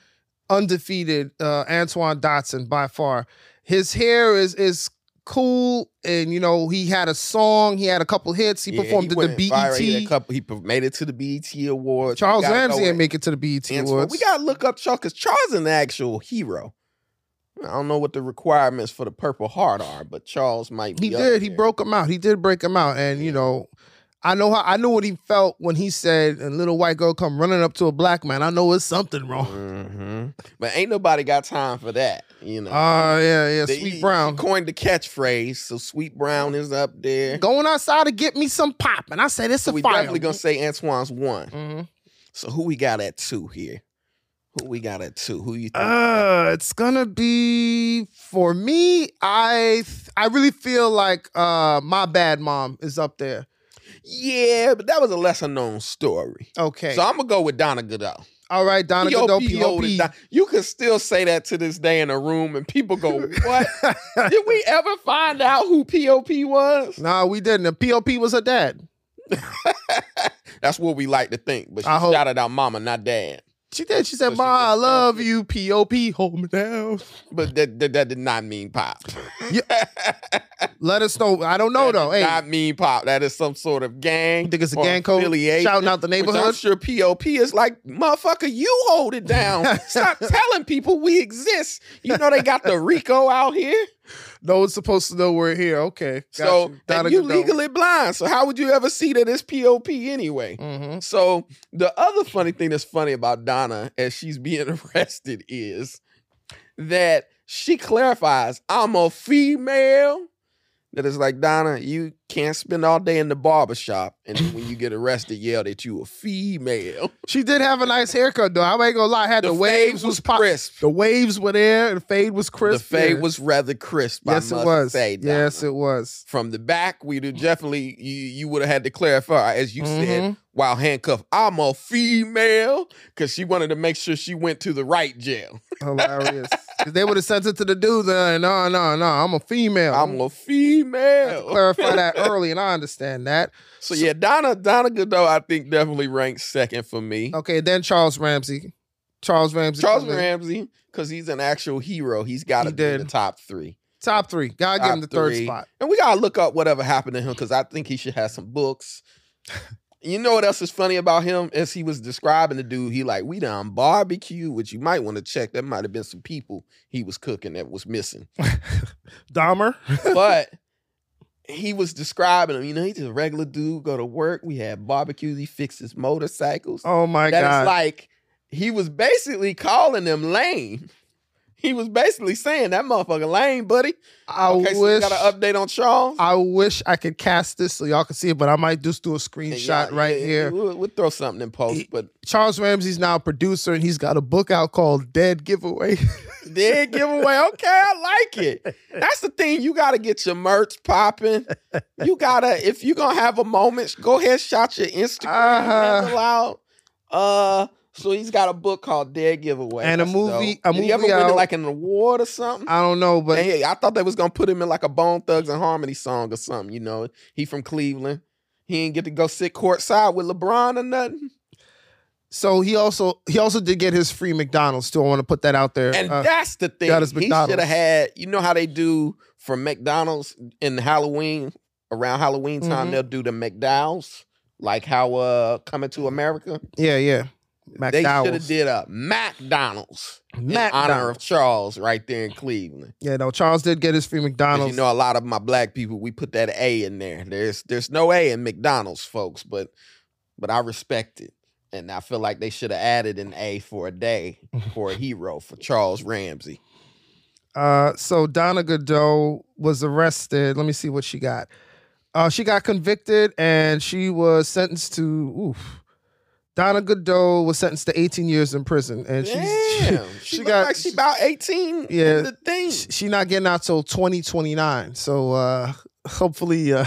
undefeated uh, Antoine Dotson by far. His hair is is cool, and you know he had a song, he had a couple hits, he Yeah, performed went at the viral. He, had a BET. couple, he per- made it to the BET Awards. We Charles gotta go Ramsey with ain't make it to the BET Antoine. Awards. We gotta look up Charles because Charles is an actual hero. I don't know what the requirements for the Purple Heart are, but Charles might be. He up did. He there. broke him out. He did break him out, and you know, I know how I know what he felt when he said a little white girl come running up to a black man. I know it's something wrong. Mm-hmm. But ain't nobody got time for that, you know. Ah, yeah, yeah, Sweet he- Brown. he coined the catchphrase, so Sweet Brown is up there. Going outside to get me some pop, and I said it's a we fire. Mm-hmm. definitely gonna say Antoine's one. So who we got at two here? Who we got at two? Who you think? Uh, it's gonna be for me. I th- I really feel like uh my bad mom is up there. yeah, but that was a lesser known story. Okay, So I'm gonna go with Donna Goodell. all right, Donna P.O.P. Goodell, older P.O.P. Don- You can still say that to this day in a room, and people go, "What? Did we ever find out who P.O.P. was?" Nah, we didn't. The P.O.P. was her dad. That's what we like to think. But she I hope- shouted out "Mama, not Dad." She did. She said, "Ma, I love you, P.O.P. Hold me down." But that that, that did not mean pop. Let us know. I don't know though. Hey, Not mean pop. That is some sort of gang. think it's a or gang code affiliation, shouting out the which I'm neighborhood? sure POP is like, motherfucker, you hold it down. Stop telling people we exist. You know they got the Rico out here. no one's supposed to know we're here. Okay, got so you. and Donna you Goodell. legally blind. So how would you ever see that it's POP anyway? Mm-hmm. So the other funny thing that's funny about Donna as she's being arrested is that she clarifies, I'm a female. That is like, Donna, you can't spend all day in the barber shop, and then when you get arrested, yell that you a female. She did have a nice haircut though. I ain't gonna lie. I had the, The fade waves was was pop- crisp. The waves were there. The fade was The crisp. fade yeah. was rather crisp, I Yes, it must was. say, Donna. Yes, it was. From the back, we'd have definitely you, you would have had to clarify, as you Mm-hmm. said, while handcuffed, I'm a female, because she wanted to make sure she went to the right jail. Mm-hmm. Hilarious. 'Cause they would have sent it to the dudes. uh, No, no, no. I'm a female. I'm a female. clarify that early, and I understand that. So yeah, Donna Donna Goodell, I think definitely ranks second for me. Okay, then Charles Ramsey. Charles Ramsey. Charles come in. Ramsey, because he's an actual hero, he's got to He be in the did. top three. Top three. Gotta give him the Top third three. spot. And we gotta look up whatever happened to him because I think he should have some books. You know what else is funny about him? As he was describing the dude, he like, we done barbecue, which you might want to check. There might have been some people he was cooking that was missing. Dahmer. but he was describing him. You know, he's just a regular dude, go to work. We had barbecues. He fixes motorcycles. Oh my That is god. like he was basically calling him lame. He was basically saying that motherfucker lame, buddy. I okay, so you wish- got an update on Charles. I wish I could cast this so y'all can see it, but I might just do a And screenshot y'all- right yeah, here. We'll, we'll throw something in post, but Charles Ramsey's now a producer and he's got a book out called Dead Giveaway. dead giveaway. Okay, I like it. That's the thing. You gotta get your merch popping. You gotta if you're gonna have a moment, go ahead shout your Instagram Uh-huh. handle out. Uh, so he's got a book called Dead Giveaway And a That's movie- a dope. Did he ever movie win out- like an award or something? I don't know, but And he- I thought they was gonna put him in like a Bone Thugs and Harmony song or something. You know, he from Cleveland. He ain't get to go sit courtside with LeBron or nothing. so he also he also did get his free McDonald's too. I want to put that out there. And Uh, that's the thing. got his he should McDonald's. have had. You know how they do for McDonald's in Halloween around Halloween time. Mhm. They'll do the McDowell's, like how uh Coming to America. yeah, yeah. They should have McDowell's. did a McDonald's in honor of McDonald's. Charles right there in Cleveland. Yeah, no, Charles did get his free 'Cause McDonald's. You know, a lot of my black people, we put that A in there. There's there's no A in McDonald's, folks, but but I respect it. And I feel like they should have added an A for a day for a hero for Charles Ramsey. Uh, so Donna Godot was arrested. Let me see what she got. Uh, she got convicted and she was sentenced to. Oof. Donna Godot was sentenced to 18 years in prison, and she's, Damn, she, looked like she about eighteen. Yeah. Yeah, the thing. she, she not getting out till 2029. So uh, hopefully, uh,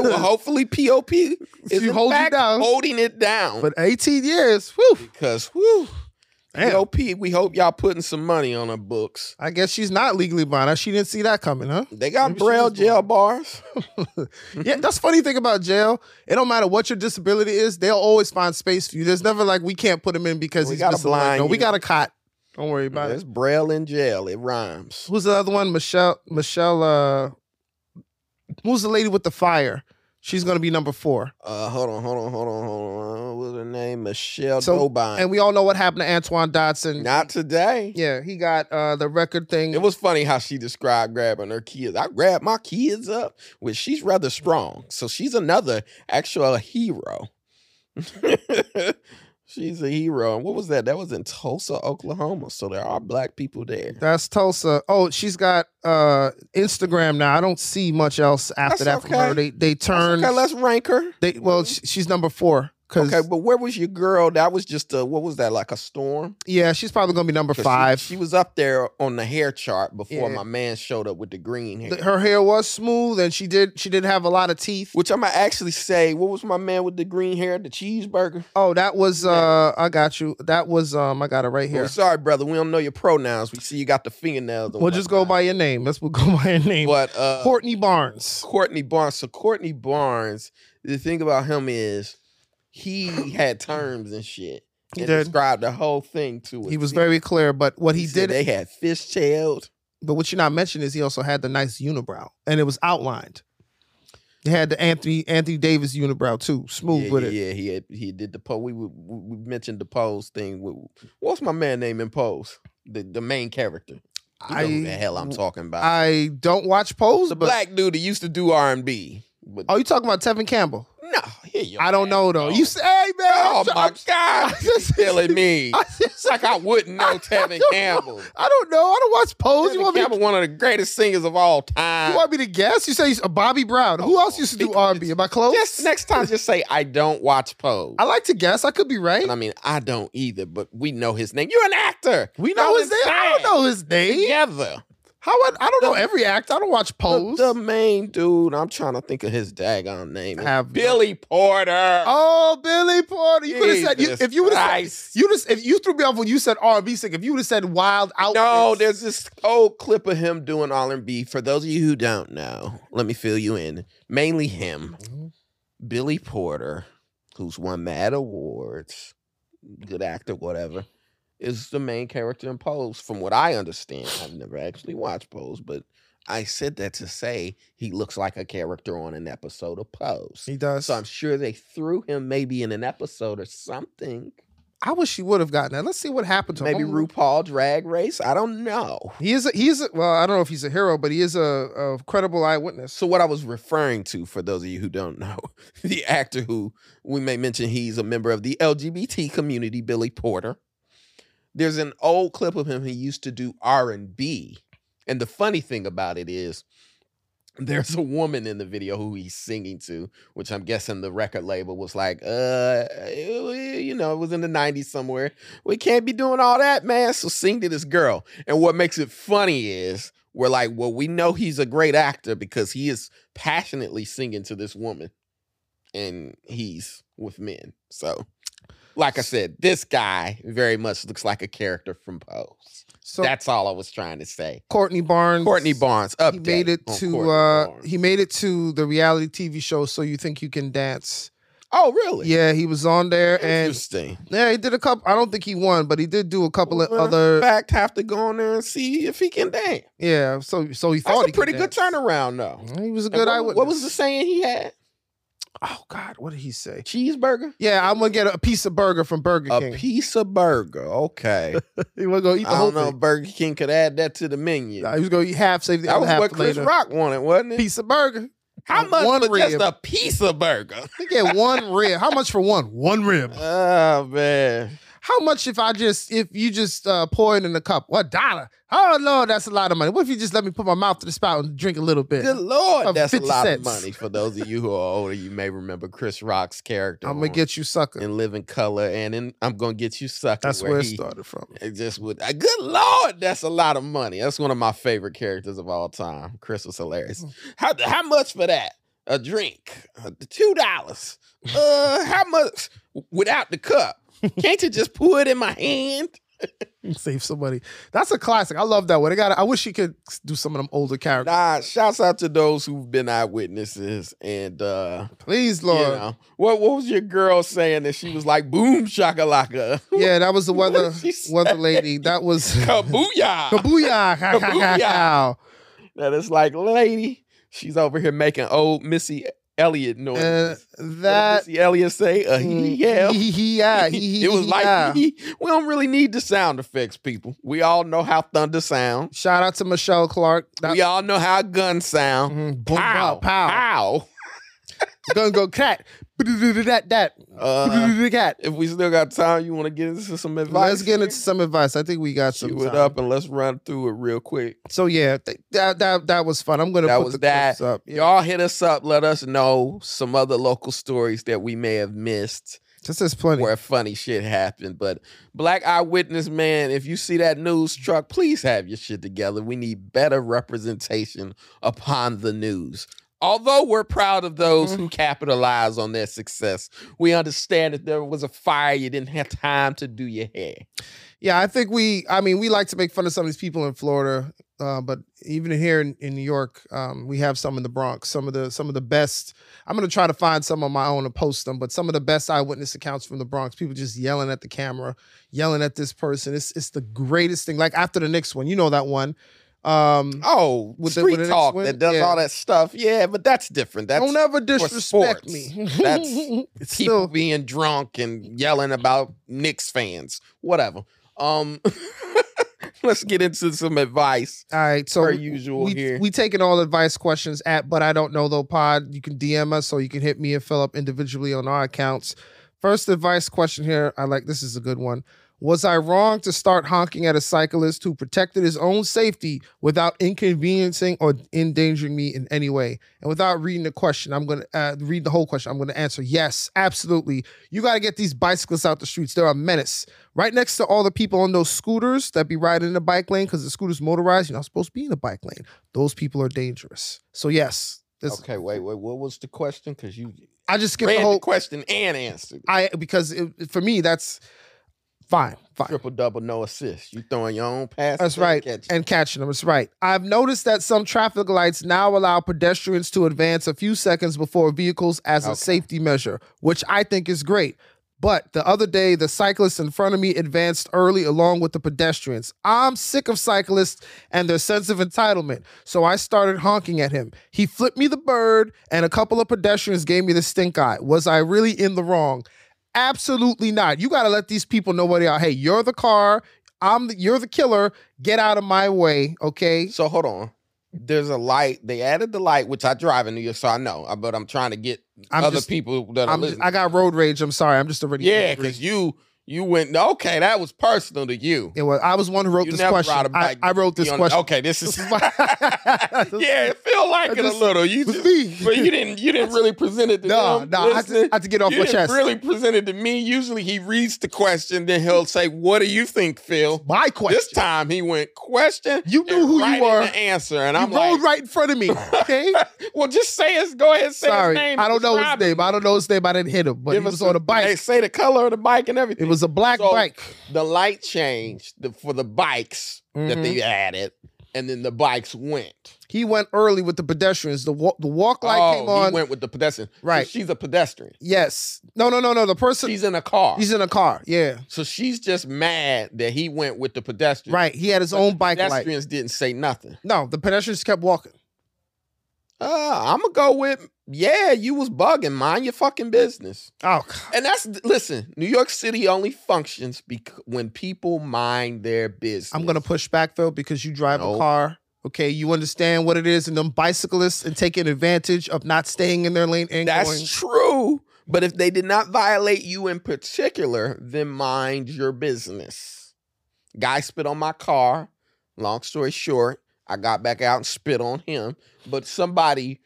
well, hopefully, POP is She in holds it fact down. holding it down. but 18 years, whew. because whew, Damn. POP, we hope y'all putting some money on her books. I guess she's not legally blind. She didn't see that coming, huh? They got Maybe she braille was jail bars. yeah, that's funny thing about jail. It don't matter what your disability is; they'll always find space for you. There's never like we can't put him in because We he's got a missing a leg. blind No, we you. got a cot. Don't worry about There's it. braille in jail. It rhymes. Who's the other one? Michelle. Michelle. uh Who's the lady with the fire? She's gonna be number four. Uh, hold on, hold on, hold on, hold on. What was her name? Michelle So, Dobine. and we all know what happened to Antoine Dotson. Not today. Yeah, he got uh, the record thing. It was funny how she described grabbing her kids. I grabbed my kids up, which she's rather strong. So she's another actual hero. she's a hero. And what was that? That was in Tulsa, Oklahoma. So there are black people there. That's Tulsa. Oh, she's got uh, Instagram now. I don't see much else after That's that from her. They okay. they turned. Okay, let's rank her. They well, sh- she's number four. 'cause- Okay, but where was your girl? That was just a what was that like a storm? yeah, she's probably gonna be number 'Cause she- five. She, was up there on the hair chart before Yeah. my man showed up with the green hair. Th- her hair was smooth, and she did she did have a lot of teeth. which I'm gonna actually say, what was my man with the green hair, the cheeseburger? Oh, that was uh, I got you. That was um, I got it right We're here. Oh, sorry, brother. We don't know your pronouns. We see you got the fingernails. and We'll just go by your name. Let's we'll go by your name. But uh, Courtney Barnes. Courtney Barnes. So Courtney Barnes. The thing about him is he had terms and shit. He and did. described the whole thing to us. He was very clear, but what he, said did They had fish tailed. But what you're not mentioning is he also had the nice unibrow, and it was outlined. He had the Anthony Anthony Davis unibrow too, smooth Yeah, with yeah, it. yeah, he had, he did the pose. We, we we mentioned the pose thing. What- What's my man name in pose? The the main character. You know who the I- hell I'm talking about. I don't watch Pose, the but black dude that used to do R and B. But oh, you talking about Tevin Campbell? no, here you I don't know though. You say, hey man, Oh I'm try- my God, you're killing me. I It's like I wouldn't know Tevin Campbell. I don't know. I don't watch Pose. you Tevin want me? Campbell, one of the greatest singers of all You time. want me to guess? You say uh, Bobby Brown. Oh, Who else used to do R&B? Am I close? Just next time, just say I don't watch Pose. I like to guess. I could be right. And I mean, I don't either, but we know his name. You're an actor. We know his name. I don't know his name. Together. How I, I don't know The- every act. I don't watch The, Pose. the main dude, I'm trying to think of his daggone name. Have- Billy Porter. Oh, Billy Porter! You could have said you, Jesus if you would have Christ. said you just if you threw me off when you said R and B singer. If you would have said Wild Out, No, there's this old clip of him doing R and B. For those of you who don't know, let me fill you in. Mainly him, Billy Porter, who's won Mad Awards, good actor, whatever, is the main character in Pose. From what I understand, I've never actually watched Pose, but I said that to say he looks like a character on an episode of Pose. he does. So I'm sure they threw him maybe in an episode or something. I wish he would have gotten that. Let's see what happened to Maybe him. Oh. RuPaul Drag Race. I don't know. He is a, he is a, well. I don't know if he's a hero, but he is a, a credible eyewitness. So what I was referring to, for those of you who don't know, the actor who we may mention he's a member of the LGBT community, Billy Porter. There's an old clip of him. He used to do R and B, and the funny thing about it is, there's a woman in the video who he's singing to, which I'm guessing the record label was like, uh, you know, it was in the '90s somewhere. We can't be doing all that, man. So sing to this girl. And what makes it funny is we're like, well, we know he's a great actor because he is passionately singing to this woman and he's with men. So, like I said, this guy very much looks like a character from Pose. So That's all I was trying to say. Courtney Barnes. Courtney Barnes update. He made it on to Courtney uh, Barnes. he made it to the reality TV show. So you think you can dance? Oh, really? Yeah, he was on there, and Interesting. yeah, he did a couple. I don't think he won, but he did do a couple of Well, other. in fact, have to go on there and see if he can dance. Yeah, so so he thought That's he a could pretty good dance. turnaround, though. He was a And good what- eyewitness. what was the saying he had? Oh God, what did he say? Cheeseburger. Yeah, I'm gonna get a piece of burger from Burger A King. piece of burger. Okay. he was gonna eat the I whole don't know. if thing. Burger King could add that to the menu. Nah, he was gonna eat half, save the that other was half what for Chris later. Rock wanted, wasn't it? Piece of burger. How of much one for rib. just a piece of burger? You get one rib. How much for one? One rib. oh man. How much if I just if you just uh, pour it in a cup? What dollar? Oh Lord, that's a lot of money. What if you just let me put my mouth to the spout and drink a little bit? Good lord, Of that's a 50 lot cents. of money. For those of you who are older, you may remember Chris Rock's character. I'm gonna on get you sucker. in Living Color, and in I'm gonna get you sucker. that's where, it he- started from. It just would. uh, Good lord, that's a lot of money. That's one of my favorite characters of all time. Chris was hilarious. Mm. How how much for that? A drink, Uh, two dollars. Uh, how much without the cup? Can't you just pour it in my hand? Save somebody. That's a classic. I love that one. I got. I wish you could do some of them older characters. Nah, shouts out to those who've been eyewitnesses and uh Please, you Lord. know. What what was your girl saying that she was like boom shakalaka? Yeah, that was the What weather did she weather say? lady. That was Kabooyah! Kabooyah! Ha, ha, ha, Kabooyah. ha. that it's like, lady, she's over here making old Missy Elliot noise. that Mm, see Elliot say a Uh, he yeah. He, he, yeah, he, he, it was he, like yeah. "Hee, hee." we don't really need the sound effects, people. We all know how thunder sound. Shout out to Michelle Clark. That mm-hmm. Mm, we all know how guns sound. pow, pow. pow. gun go cat. That that. Uh, cat. If we still got time, you want to get into some advice? Uh-huh. Let's get into some advice. I think we got some. Cue it time. up and let's run through it real quick. So yeah, th- that that that was fun. I'm gonna That put was the that. clips up. Y'all hit us up. Let us know some other local stories that we may have missed. This is plenty. where funny shit happened. But Black Eyewitness, man, if you see that news truck, please have your shit together. We need better representation upon the news. Although we're proud of those Mm-hmm. who capitalize on their success, we understand that there was a fire, you didn't have time to do your hair. Yeah, I think we. I mean, we like to make fun of some of these people in Florida, uh, but even here in, in New York, um, we have some in the Bronx. Some of the some of the best. I'm gonna try to find some on my own and post them. But some of the best eyewitness accounts from the Bronx, people just yelling at the camera, yelling at this person. It's it's the greatest thing. Like after the next one, you know that one. Um, Oh, With the- street with the next talk one? that does Yeah. all that stuff. Yeah, but that's different. That's don't ever for disrespect sports. me. That's people being drunk and yelling about Knicks fans. Whatever. Um, let's get into some advice. All right, so per we- usual we, here. we taking all advice questions at but I don't know though pod. You can DM us or you can hit me and Philip individually on our accounts. First advice question here. I like this is a good one. Was I wrong to start honking at a cyclist who protected his own safety without inconveniencing or endangering me in any way? And without reading the question, I'm going to uh, read the whole question. I'm going to answer yes, absolutely. You got to get these bicyclists out the streets. They're a menace. Right next to all the people on those scooters that be riding in the bike lane because the scooter's motorized, you're not supposed to be in the bike lane. Those people are dangerous. So, yes. This, Okay, wait, wait. What was the question? Because you I just skipped read the whole the question and answered. I because it, for me that's fine, fine. Triple double, no assist. You throwing your own pass. That's right. Catch. And catching them. That's right. I've noticed that some traffic lights now allow pedestrians to advance a few seconds before vehicles as a safety measure, which I think is great. But the other day, the cyclist in front of me advanced early along with the pedestrians. I'm sick of cyclists and their sense of entitlement, so I started honking at him. He flipped me the bird, and a couple of pedestrians gave me the stink eye. Was I really in the wrong? Absolutely not. You got to let these people know where they are. Hey, you're the car. I'm the, you're the killer. Get out of my way, okay? So hold on. There's a light. They added the light, which I drive in New York, so I know. I- But I'm trying to get I'm other just- people that are I'm listening. just, I got road rage. I'm sorry. I'm just already yeah, because you you went okay. That was personal to you. It was, I was one who wrote You this never question. ride a I, bike. I wrote this You on- question. Okay, this is yeah, it feel like it a little. You was just- me. but you didn't you didn't really present it to No, them. no, I had to- Listen, I had to get off you my didn't chest. Really presented to me. Usually he reads the question, then he'll say, "What do you think, Phil?" My question. This time he went question. You knew who right you in were. The answer, and You I'm rolled like, right in front of me. Okay. "Well, just say his. Go ahead, say Sorry. his name. I don't know his Describe name. I don't know his name. I didn't hit him, but Give he was us on a- a bike. They say the color of the bike and everything. It was a black So, bike. The light changed the, for the bikes Mm-hmm. that they added, and then the bikes went. He went early with the pedestrians. The walk, the walk light oh, came on. he went with the pedestrian. So Right. she's a pedestrian. yes. No, no, no, no. The person. She's in a car. He's in a car. Yeah. so she's just mad that he went with the pedestrian. Right. He had his But own the bike light. Pedestrians didn't say nothing. No, the pedestrians kept walking. Uh, I'm gonna go with yeah. You was bugging. Mind your fucking business. Oh, God. And that's listen. New York City only functions bec- when people mind their business. I'm gonna push back though because you drive No. a car. Okay, you understand what it is, and them bicyclists and taking advantage of not staying in their lane and That's going. true. But if they did not violate you in particular, then mind your business. Guy spit on my car. Long story short, I got back out and spit on him. But somebody,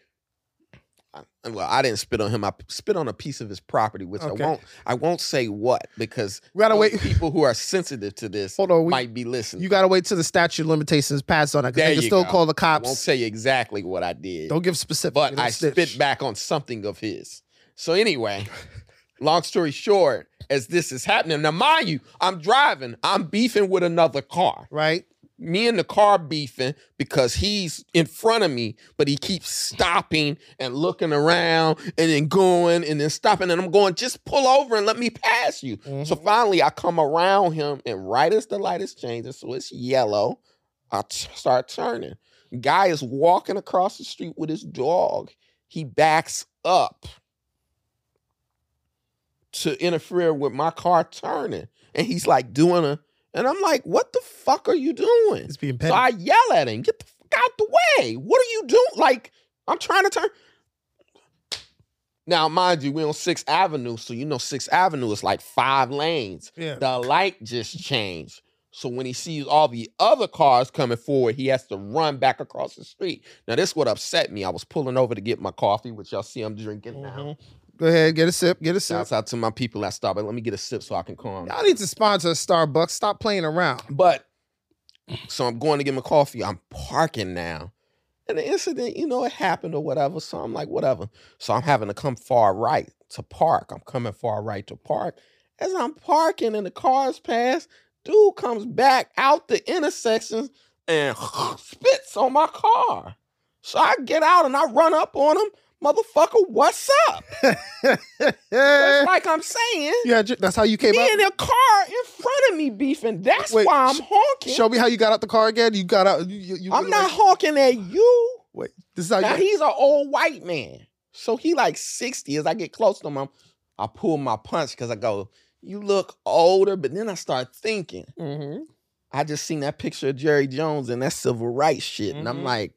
I- well, I didn't spit on him. I spit on a piece of his property, which Okay. I won't. I won't say what because We gotta those wait- people who are sensitive to this Hold on, we- might be listening. You gotta wait till the statute of limitations pass on it because There they can you still go. call the I won't cops. say exactly what I did. Don't give specific. but don't I snitch. spit back on something of his. So anyway, long story short, as this is happening, now mind you, I'm driving, I'm beefing with another car. Right. Me and the car beefing because he's in front of me, but he keeps stopping and looking around and then going and then stopping. And I'm going, just pull over and let me pass you. So finally, I come around him, and right as the light is changing, so it's yellow, I t- start turning. Guy is walking across the street with his dog. He backs up to interfere with my car turning. And he's like doing a, and I'm like, what the fuck are you doing? It's being So I yell at him, get the fuck out the way. What are you doing? Like, I'm trying to turn. Now, mind you, we're on Sixth Avenue, so you know Sixth Avenue is like five lanes. Yeah. The light just changed. So when he sees all the other cars coming forward, he has to run back across the street. Now, this what upset me. I was pulling over to get my coffee, which y'all see I'm drinking Mm-hmm. now. Go ahead, get a sip. Get a sip. Shouts out to my people at Starbucks. Let me get a sip so I can calm. I need to sponsor Starbucks. Stop playing around. But so I'm going to get my coffee. I'm parking now. And the incident, you know, it happened or whatever. So I'm like, whatever. So I'm having to come far right to park. I'm coming far right to park. As I'm parking and the cars pass, dude comes back out the intersection and spits on my car. So I get out and I run up on him. Motherfucker, what's up? Just like I'm saying. Yeah, ju- that's how you came He out. in a car in front of me beefing. That's why I'm sh- honking. Show me how you got out the car again. You got out. You, you, you I'm not honking at you. Wait, this is how now you. he's an old white man, so he like sixty. As I get close to him, I'm, I pull my punch because I go, "You look older," but then I start thinking, Mhm. I just seen that picture of Jerry Jones and that civil rights shit, and I'm Mhm. like,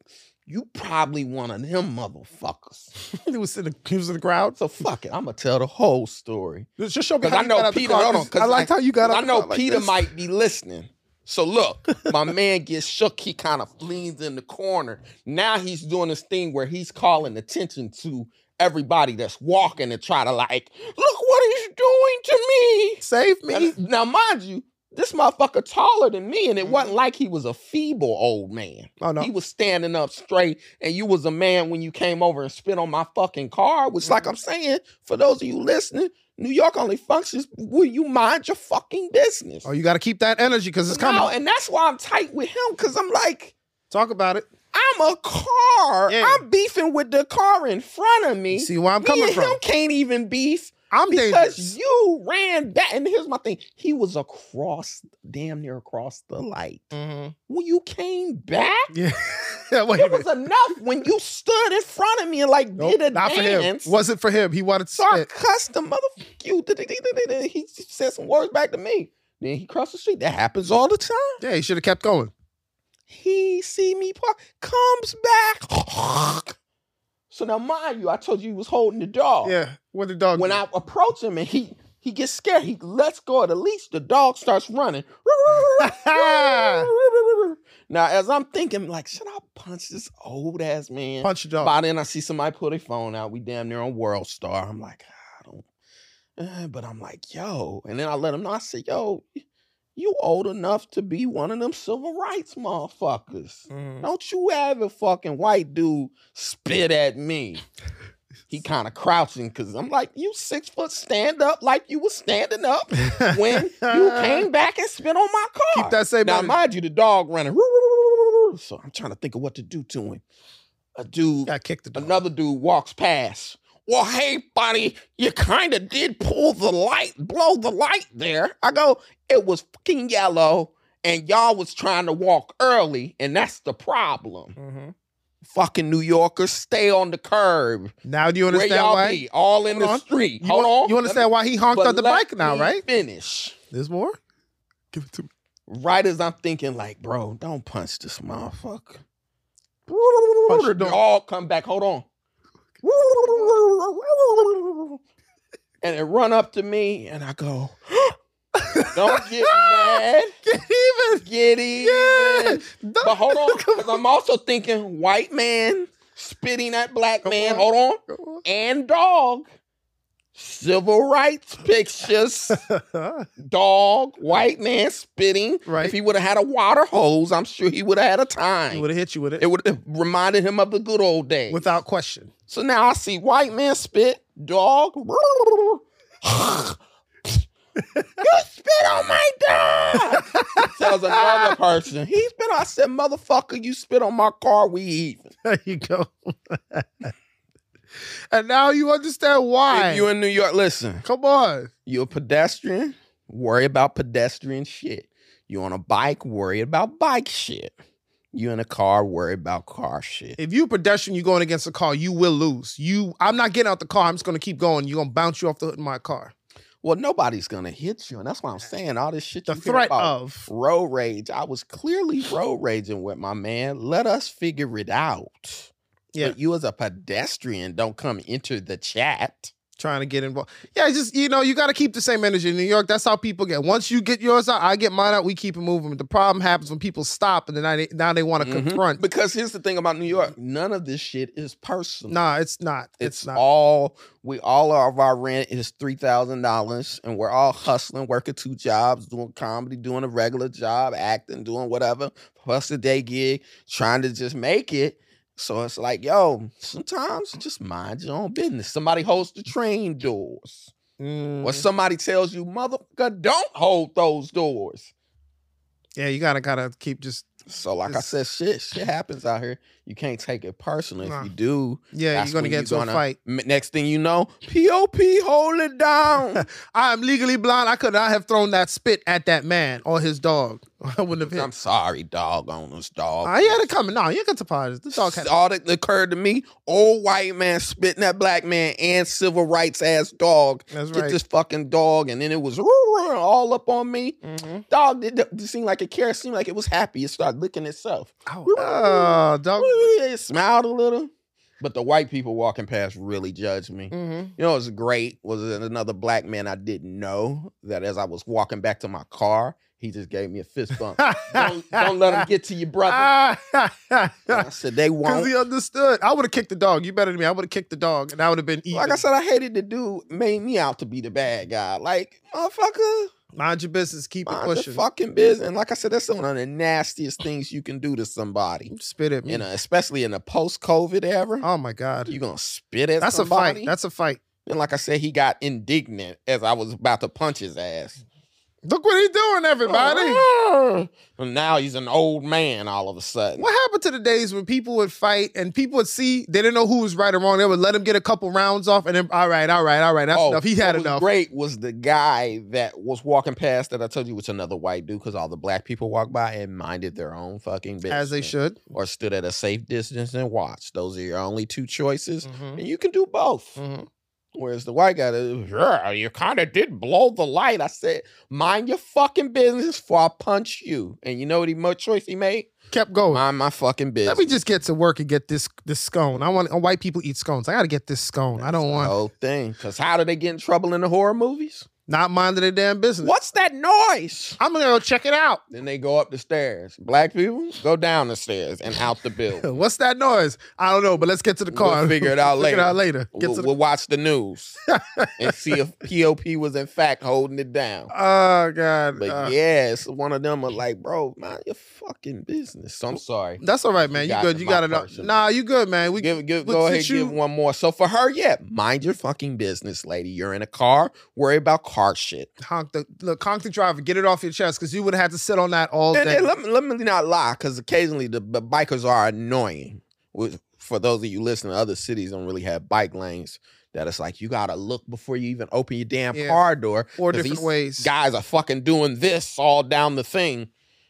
"You probably one of them motherfuckers." he was in the he was in the crowd. So fuck it, I'm gonna tell the whole story. Just show me Because how I you got know out Peter. the car. Hold on, 'cause I liked how you got out. I the know car like Peter this. might be listening. So look, my man gets shook. He kind of leans in the corner. Now he's doing this thing where he's calling attention to everybody that's walking and try to like, look what he's doing to me. Save me. Now, mind you, this motherfucker taller than me, Mm-hmm. and it wasn't like he was a feeble old man. Oh, no. He was standing up straight, and you was a man when you came over and spit on my fucking car, which, Mm-hmm. like I'm saying, for those of you listening, New York only functions when you mind your fucking business. Oh, you got to keep that energy because it's coming. No, and that's why I'm tight with him because I'm like, Talk about it. I'm a car. I'm beefing with the car in front of me. See where I'm Me coming and from. Him can't even beef. I'm because dangerous. you ran back. And here's my thing: he was across, damn near across the light when you came back. Yeah. Mm-hmm. Yeah, wait a It was minute. enough when you stood in front of me and like Nope, did a not dance. for him. Wasn't for him. He wanted to spit. Custom motherfuck you. He said some words back to me. Then he crossed the street. That happens all the time. Yeah, he should have kept going. He see me park, comes back. So now, mind you, I told you he was holding the dog. Yeah, what the dog? Oh. When I approach him and he he gets scared, he lets go of the leash. The dog starts running. now, as I'm thinking, like, should I punch this old ass man? Punch the dog. By then, I see somebody pull their phone out. We damn near on World Star. I'm like, "Ah, I don't. eh," But I'm like, yo. And then I let him know. I said, yo, you old enough to be one of them civil rights motherfuckers. Mm-hmm. Don't you ever fucking white dude spit at me. He kind of crouching because I'm like, you six foot stand up like you was standing up when you came back and spit on my car. Keep that same Now, energy. mind you, the dog running. So I'm trying to think of what to do to him. A dude, I kicked the dog. another dude walks past. Well, hey, buddy, you kind of did pull the light, blow the light there. I go, it was fucking yellow, and y'all was trying to walk early, and that's the problem. Fucking New Yorkers, stay on the curb. Now do you understand Where y'all why? be? All in Hold the on. street. You Hold un- on. you understand why he honked But out the let bike now, me right? Finish There's more. Give it to me. right as I'm thinking, like, bro, don't punch this motherfucker. Punch the They dog. all come back. Hold on. And they run up to me, and I go, don't get mad. Get even. Get even. But hold on, because I'm also thinking white man spitting at black man. on. Hold on. Go on. And dog. Civil rights pictures. dog, white man spitting. Right. If he would have had a water hose, I'm sure he would have had a time. He would have hit you with it, It would have reminded him of the good old days. without question. so now I see white man spit, dog. you spit on my dog. Tells another person. He spit on I said, motherfucker, you spit on my car, we even. There you go. and now you understand why. If you in New York, listen. Come on. You're a pedestrian, worry about pedestrian shit. You on a bike, worry about bike shit. You in a car, worry about car shit. If you pedestrian, you're going against a car, you will lose. You, I'm not getting out the car. I'm just gonna keep going. You're gonna bounce you off the hood in my car. Well, nobody's gonna hit you, and that's why I'm saying all this shit. The you hear threat about of. road rage. I was clearly road raging with my man. Let us figure it out. Yeah. But you as a pedestrian don't come into the chat. Trying to get involved. Yeah, it's just you know, you got to keep the same energy in New York. That's how people get. Once you get yours out, I get mine out. We keep it moving. The problem happens when people stop, and then I, now they want to Mhm. confront. Because here's the thing about New York: none of this shit is personal. Nah, it's not. It's, It's, not. all we all of our rent is three thousand dollars, and we're all hustling, working two jobs, doing comedy, doing a regular job, acting, doing whatever, plus a day gig, trying to just make it. So it's like, yo, sometimes just mind your own business. Somebody holds the train doors, Mm. or somebody tells you, motherfucker, don't hold those doors. yeah, you gotta gotta keep just So, like It's- I said, shit, shit happens out here. You can't take it personal. Nah. If you do, Yeah, you're that's gonna when get you into a gonna- fight. m- Next thing you know, POP, hold it down. I'm legally blind. I could not have thrown that spit at that man or his dog. I wouldn't have hit. I'm sorry, dog owners, dog. I had it coming. No, you ain't got to apologize. The dog had. All that occurred to me, old white man spitting at black man and civil rights ass dog. That's Get right. this fucking dog. And then it was "Roo, roo," all up on me. Mhm. Dog did it seemed like it cared, seemed like it was happy. It started licking itself. Oh, dog. It smiled a little. But the white people walking past really judged me. Mhm. You know what's great was that another black man I didn't know that as I was walking back to my car, he just gave me a fist bump. don't, don't let him get to you, brother. And I said they Because Ah. won't. he understood. I would have kicked the dog. You better than me. I would have kicked the dog, and I would have been even. Like I said, I hated the dude made me out to be the bad guy. Like motherfucker, mind your business. Keep it mind your pushing. fucking business. And like I said, that's one of the nastiest things you can do to somebody. Spit at me. You know, especially in the post-COVID era, Mm-hmm. oh my god. you gonna spit at That's somebody. a fight. That's a fight. And like I said, he got indignant as I was about to punch his ass. Look what he doing, everybody. Oh. And now he's an old man all of a sudden. What happened to the days when people would fight and people would see they didn't know who was right or wrong? They would let him get a couple rounds off, and then all right, all right, all right, that's Oh, enough. He had what was enough. Great was the guy that was walking past that I told you was another white dude because all the black people walked by and minded their own fucking business. As they should. Or stood at a safe distance and watched. Those are your only two choices. Mhm. And you can do both. Mhm. Whereas the white guy, that- yeah, you kind of did blow the light. I said, mind your fucking business before I punch you. And you know what he much choice he made? Kept going. Mind my fucking business. Let me just get to work and get this this scone. I want uh, white people eat scones. I gotta get this scone. I don't the want whole thing. Because how do they get in trouble in the horror movies? not minding their damn business. What's that noise? I'm gonna go check it out. Then they go up the stairs. Black people go down the stairs and out the building. What's that noise? I don't know, but let's get to the car. We'll figure it out later. Figure it out later. Get we'll, to the we'll watch the news and see if POP was in fact holding it down. Oh God. But Uh, yeah, it's one of them are like, bro, mind your fucking business. So I'm sorry. That's all right, man. You got good. to You my got it. up. person. Nah, you good, man. We Give, give, we- go ahead, since you- give one more. So for her, yeah, mind your fucking business, lady. You're in a car. Worry about car shit. honk the look, honk the driver. Get it off your chest, because you would have had to sit on that all And, day. and let, me, let me not lie, because occasionally the, the bikers are annoying. With- For those of you listening, other cities don't really have bike lanes. That it's like you gotta look before you even open your damn Yeah. car door. Four 'cause different these ways. Guys are fucking doing this all down the thing,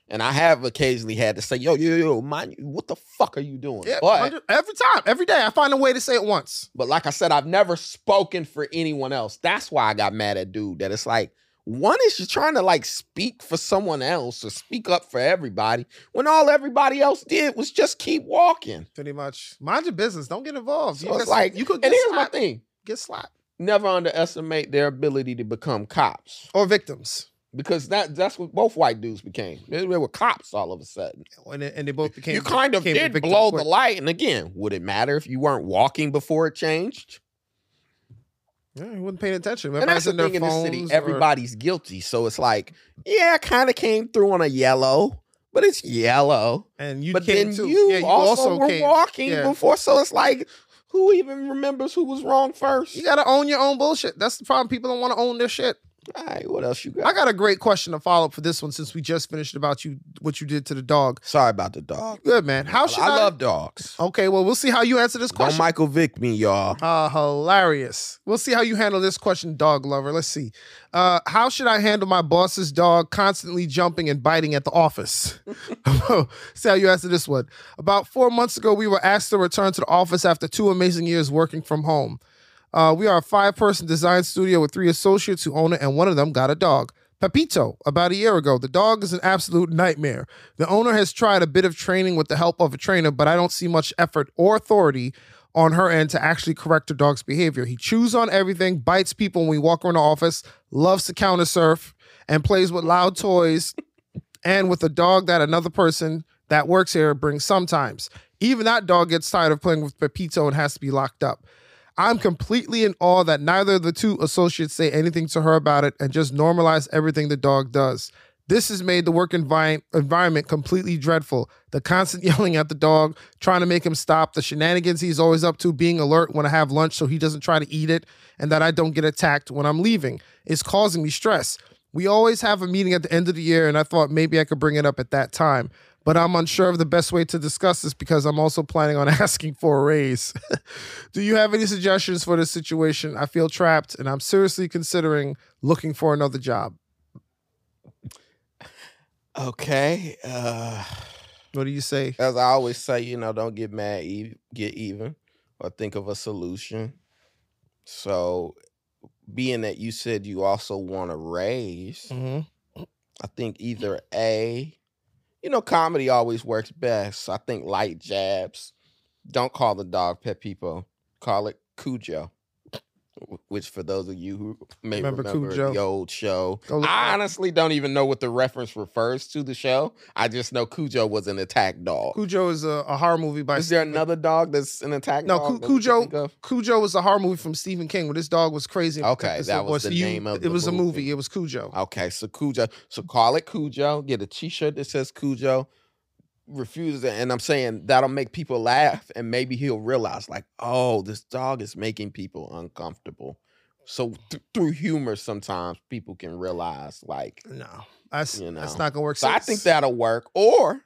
and I have occasionally had to say, "Yo, yo, yo, mind you, what the fuck are you doing?" Yeah, but hundred- every time, every day, I find a way to say it once. but like I said, I've never spoken for anyone else. That's why I got mad at dude. That it's like, one is you're trying to like speak for someone else or speak up for everybody when all everybody else did was just keep walking. Pretty much, mind your business. Don't get involved. So You it's get- like, you could and get here's my slapped, thing get slapped never underestimate their ability to become cops or victims, because that that's what both white dudes became. They, they were cops all of a sudden. and, they- and they both became. you kind of became a did victim blow quick. the light. And again, would it matter if you weren't walking before it changed? Yeah, he wasn't paying attention. And that's Everybody's the in their thing in the city. phones or- Everybody's guilty. So it's like, yeah, I kind of came through on a yellow, but it's yellow. and you but came then too. you, yeah, you also, were came. walking Yeah. before. So it's like, who even remembers who was wrong first? You gotta own your own bullshit. That's the problem. People don't want to own their shit. All right, what else you got? I got a great question to follow up for this one since we just finished about you what you did to the dog. Sorry about the dog. Good man. How should I, I, love dogs. Okay, well we'll see how you answer this Don't question. Michael Vick me, y'all. Uh, hilarious. We'll see how you handle this question, dog lover. Let's see. Uh, how should I handle my boss's dog constantly jumping and biting at the office? see how you answer this one. About four months ago, we were asked to return to the office after two amazing years working from home. Uh, we are a five person design studio with three associates who own it, and one of them got a dog. Pepito, about a year ago. The dog is an absolute nightmare. The owner has tried a bit of training with the help of a trainer, but I don't see much effort or authority on her end to actually correct her dog's behavior. He chews on everything, bites people when we walk around the office, loves to counter surf, and plays with loud toys and with a dog that another person that works here brings sometimes. Even that dog gets tired of playing with Pepito and has to be locked up. I'm completely in awe that neither of the two associates say anything to her about it and just normalize everything the dog does. This has made the work envi- environment completely dreadful. The constant yelling at the dog, trying to make him stop, the shenanigans he's always up to, being alert when I have lunch so he doesn't try to eat it, and that I don't get attacked when I'm leaving. It's causing me stress. We always have a meeting at the end of the year, and I thought maybe I could bring it up at that time. But I'm unsure of the best way to discuss this because I'm also planning on asking for a raise. Do you have any suggestions for this situation? I feel trapped, and I'm seriously considering looking for another job. Okay. Uh, what do you say? As I always say, you know, don't get mad, e- get even, or think of a solution. So, being that you said you also want to raise, I think either A, you know, comedy always works best. I think light jabs. Don't call the dog Pet People. Call it Cujo. wh- Which, for those of you who may Remember remember, Cujo? the old show, Go look it I up. honestly don't even know what the reference refers to the show. I just know Cujo was an attack dog. Cujo is a, a horror movie by. Is there another dog that's an attack No, dog? Cu- that we can Cujo. think of? Cujo was a horror movie from Stephen King where this dog was crazy. and Okay, protected that little was boy. the name of it the was a movie. movie. It was Cujo. Okay, so Cujo. So call it Cujo. Get a T-shirt that says Cujo. Refuses it, and I'm saying that'll make people laugh, and maybe he'll realize like, oh, this dog is making people uncomfortable. So th- through humor, sometimes people can realize like, no, that's you know, that's not gonna work. So I sis. think that'll work. Or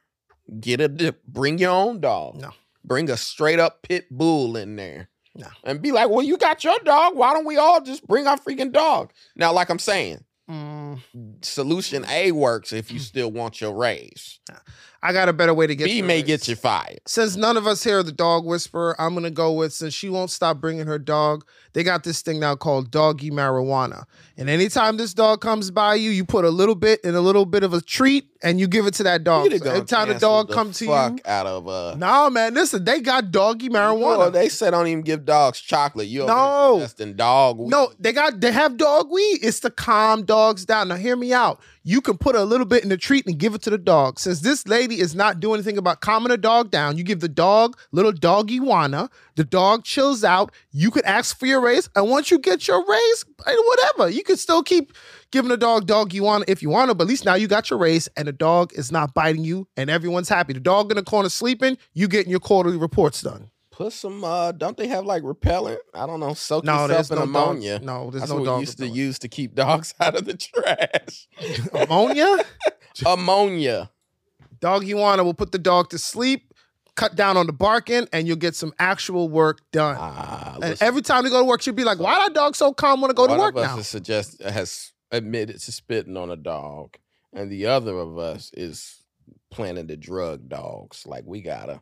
get a di- bring your own dog. No. bring a straight up pit bull in there. No. and be like, well, you got your dog. Why don't we all just bring our freaking dog? Now, like I'm saying Mm, solution A works if you still want your raise. I got a better way to Hmm. get. B through may this. get you fired. Since none of us here are the dog whisperer, I'm gonna go with since she won't stop bringing her dog. They got this thing now called doggy marijuana, and anytime this dog comes by you, you put a little bit and a little bit of a treat, and you give it to that dog. You Um, So done every time the canceled dog come to fuck you, out of uh. nah, man, listen, they got doggy marijuana. No, they said don't even give dogs chocolate. You No. no suggesting dog. weed. No, they got they have dog weed. It's to calm dogs down. Now hear me out. You can put a little bit in the treat and give it to the dog. Since this lady is not doing anything about calming the dog down, you give the dog little doggy wanna. The dog chills out. You could ask for your raise, and once you get your raise, eh, whatever, you can still keep giving the dog doggy wanna if you wanna. But at least now you got your raise, and the dog is not biting you, and everyone's happy. The dog in the corner sleeping. You getting your quarterly reports done. Put some. uh Don't they have like repellent? I don't know. Soak No, yourself there's in no dog- ammonia. no, there's That's no what dog we used to use to keep dogs out of the trash. Ammonia. ammonia. Dog Iguana will put the dog to sleep, cut down on the barking, and you'll get some actual work done. and Ah, listen. every time you go to work, you'll be like, why that dog so calm when I go to One work of us now? has suggest has admitted to spitting on a dog, and the other of us is planning to drug dogs. Like we gotta.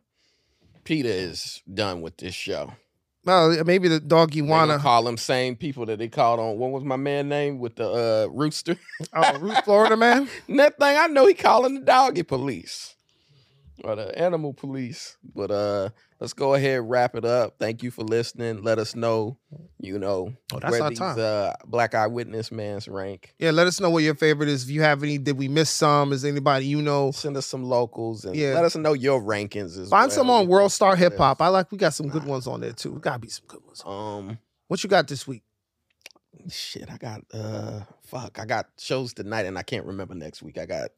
Peter is done with this show. Well, maybe the dog They gonna Iguana. call them same people that they called on. What was my man name with the uh, rooster? Oh, Root Florida man. Next thing I know, he calling the doggy police or the animal police. But uh, let's go ahead and wrap it up. Thank you for listening. Let us know, you know, Oh, that's where our these time. uh, black eyewitness man's rank. Yeah, let us know what your favorite is. If you have any, did we miss some? Is anybody you know? Send us some locals and Yeah. let us know your rankings. As Find well. some on World Star Hip Hop. I like. We got some good ones on there too. We gotta be some good ones. Um, What you got this week? shit, I got uh, fuck, I got shows tonight and I can't remember next week. I got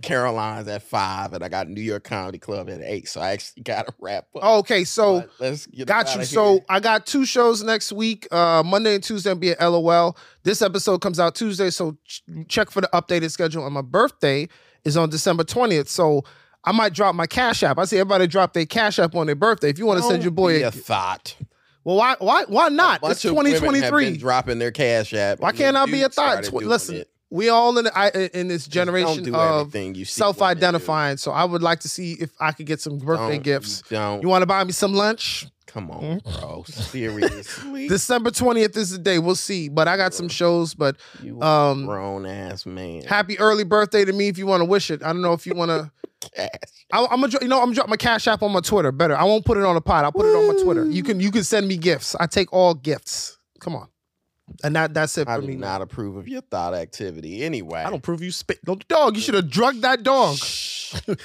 Caroline's at five, and I got New York Comedy Club at eight. So I actually got to wrap up. Okay, so But let's get got outta you. here. So I got two shows next week. Uh, Monday and Tuesday will be at LOL. This episode comes out Tuesday, so ch- check for the updated schedule. And my birthday is on December twentieth, so I might drop my Cash App. I see everybody drop their Cash App on their birthday. If you want to send Don't your boy be a thought. well, why why why not? It's Bunch of women have been 2023. dropping their cash app. Why and can't then I be a dudes thought? started Tw- doing listen, it. we all in I, in this generation do of everything you see self-identifying. So I would like to see if I could get some birthday Don't- gifts. you don't. You want Mm-hmm. to buy me some lunch? Come on, bro. Seriously. December 20th is the day. We'll see. But I got some shows. But You um, grown ass man. happy early birthday to me if you want to wish it. I don't know if you want to. I, I'm gonna, dro- you know, I'm gonna drop my cash app on my Twitter. Better, I won't put it on the pod. I'll put it on my Twitter. You can, you can send me gifts. I take all gifts. Come on, and that, that's it I for do me. not approve of your thought activity anyway. I don't prove you spit. No, dog, you should have drugged that dog.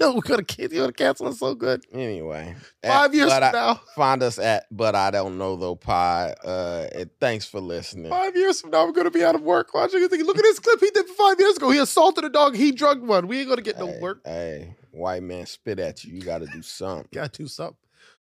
We're gonna kid you. Gonna cancel us so good. Anyway, Five years But from I- now. find us at but I don't know though pod. Uh, and thanks for listening. Five years from now, I'm gonna be out of work. Watching you think, look at this clip he did five years ago. He assaulted a dog. He drugged one. We ain't gonna get no work. Hey, white man spit at you. You got to do something. Gotta do something.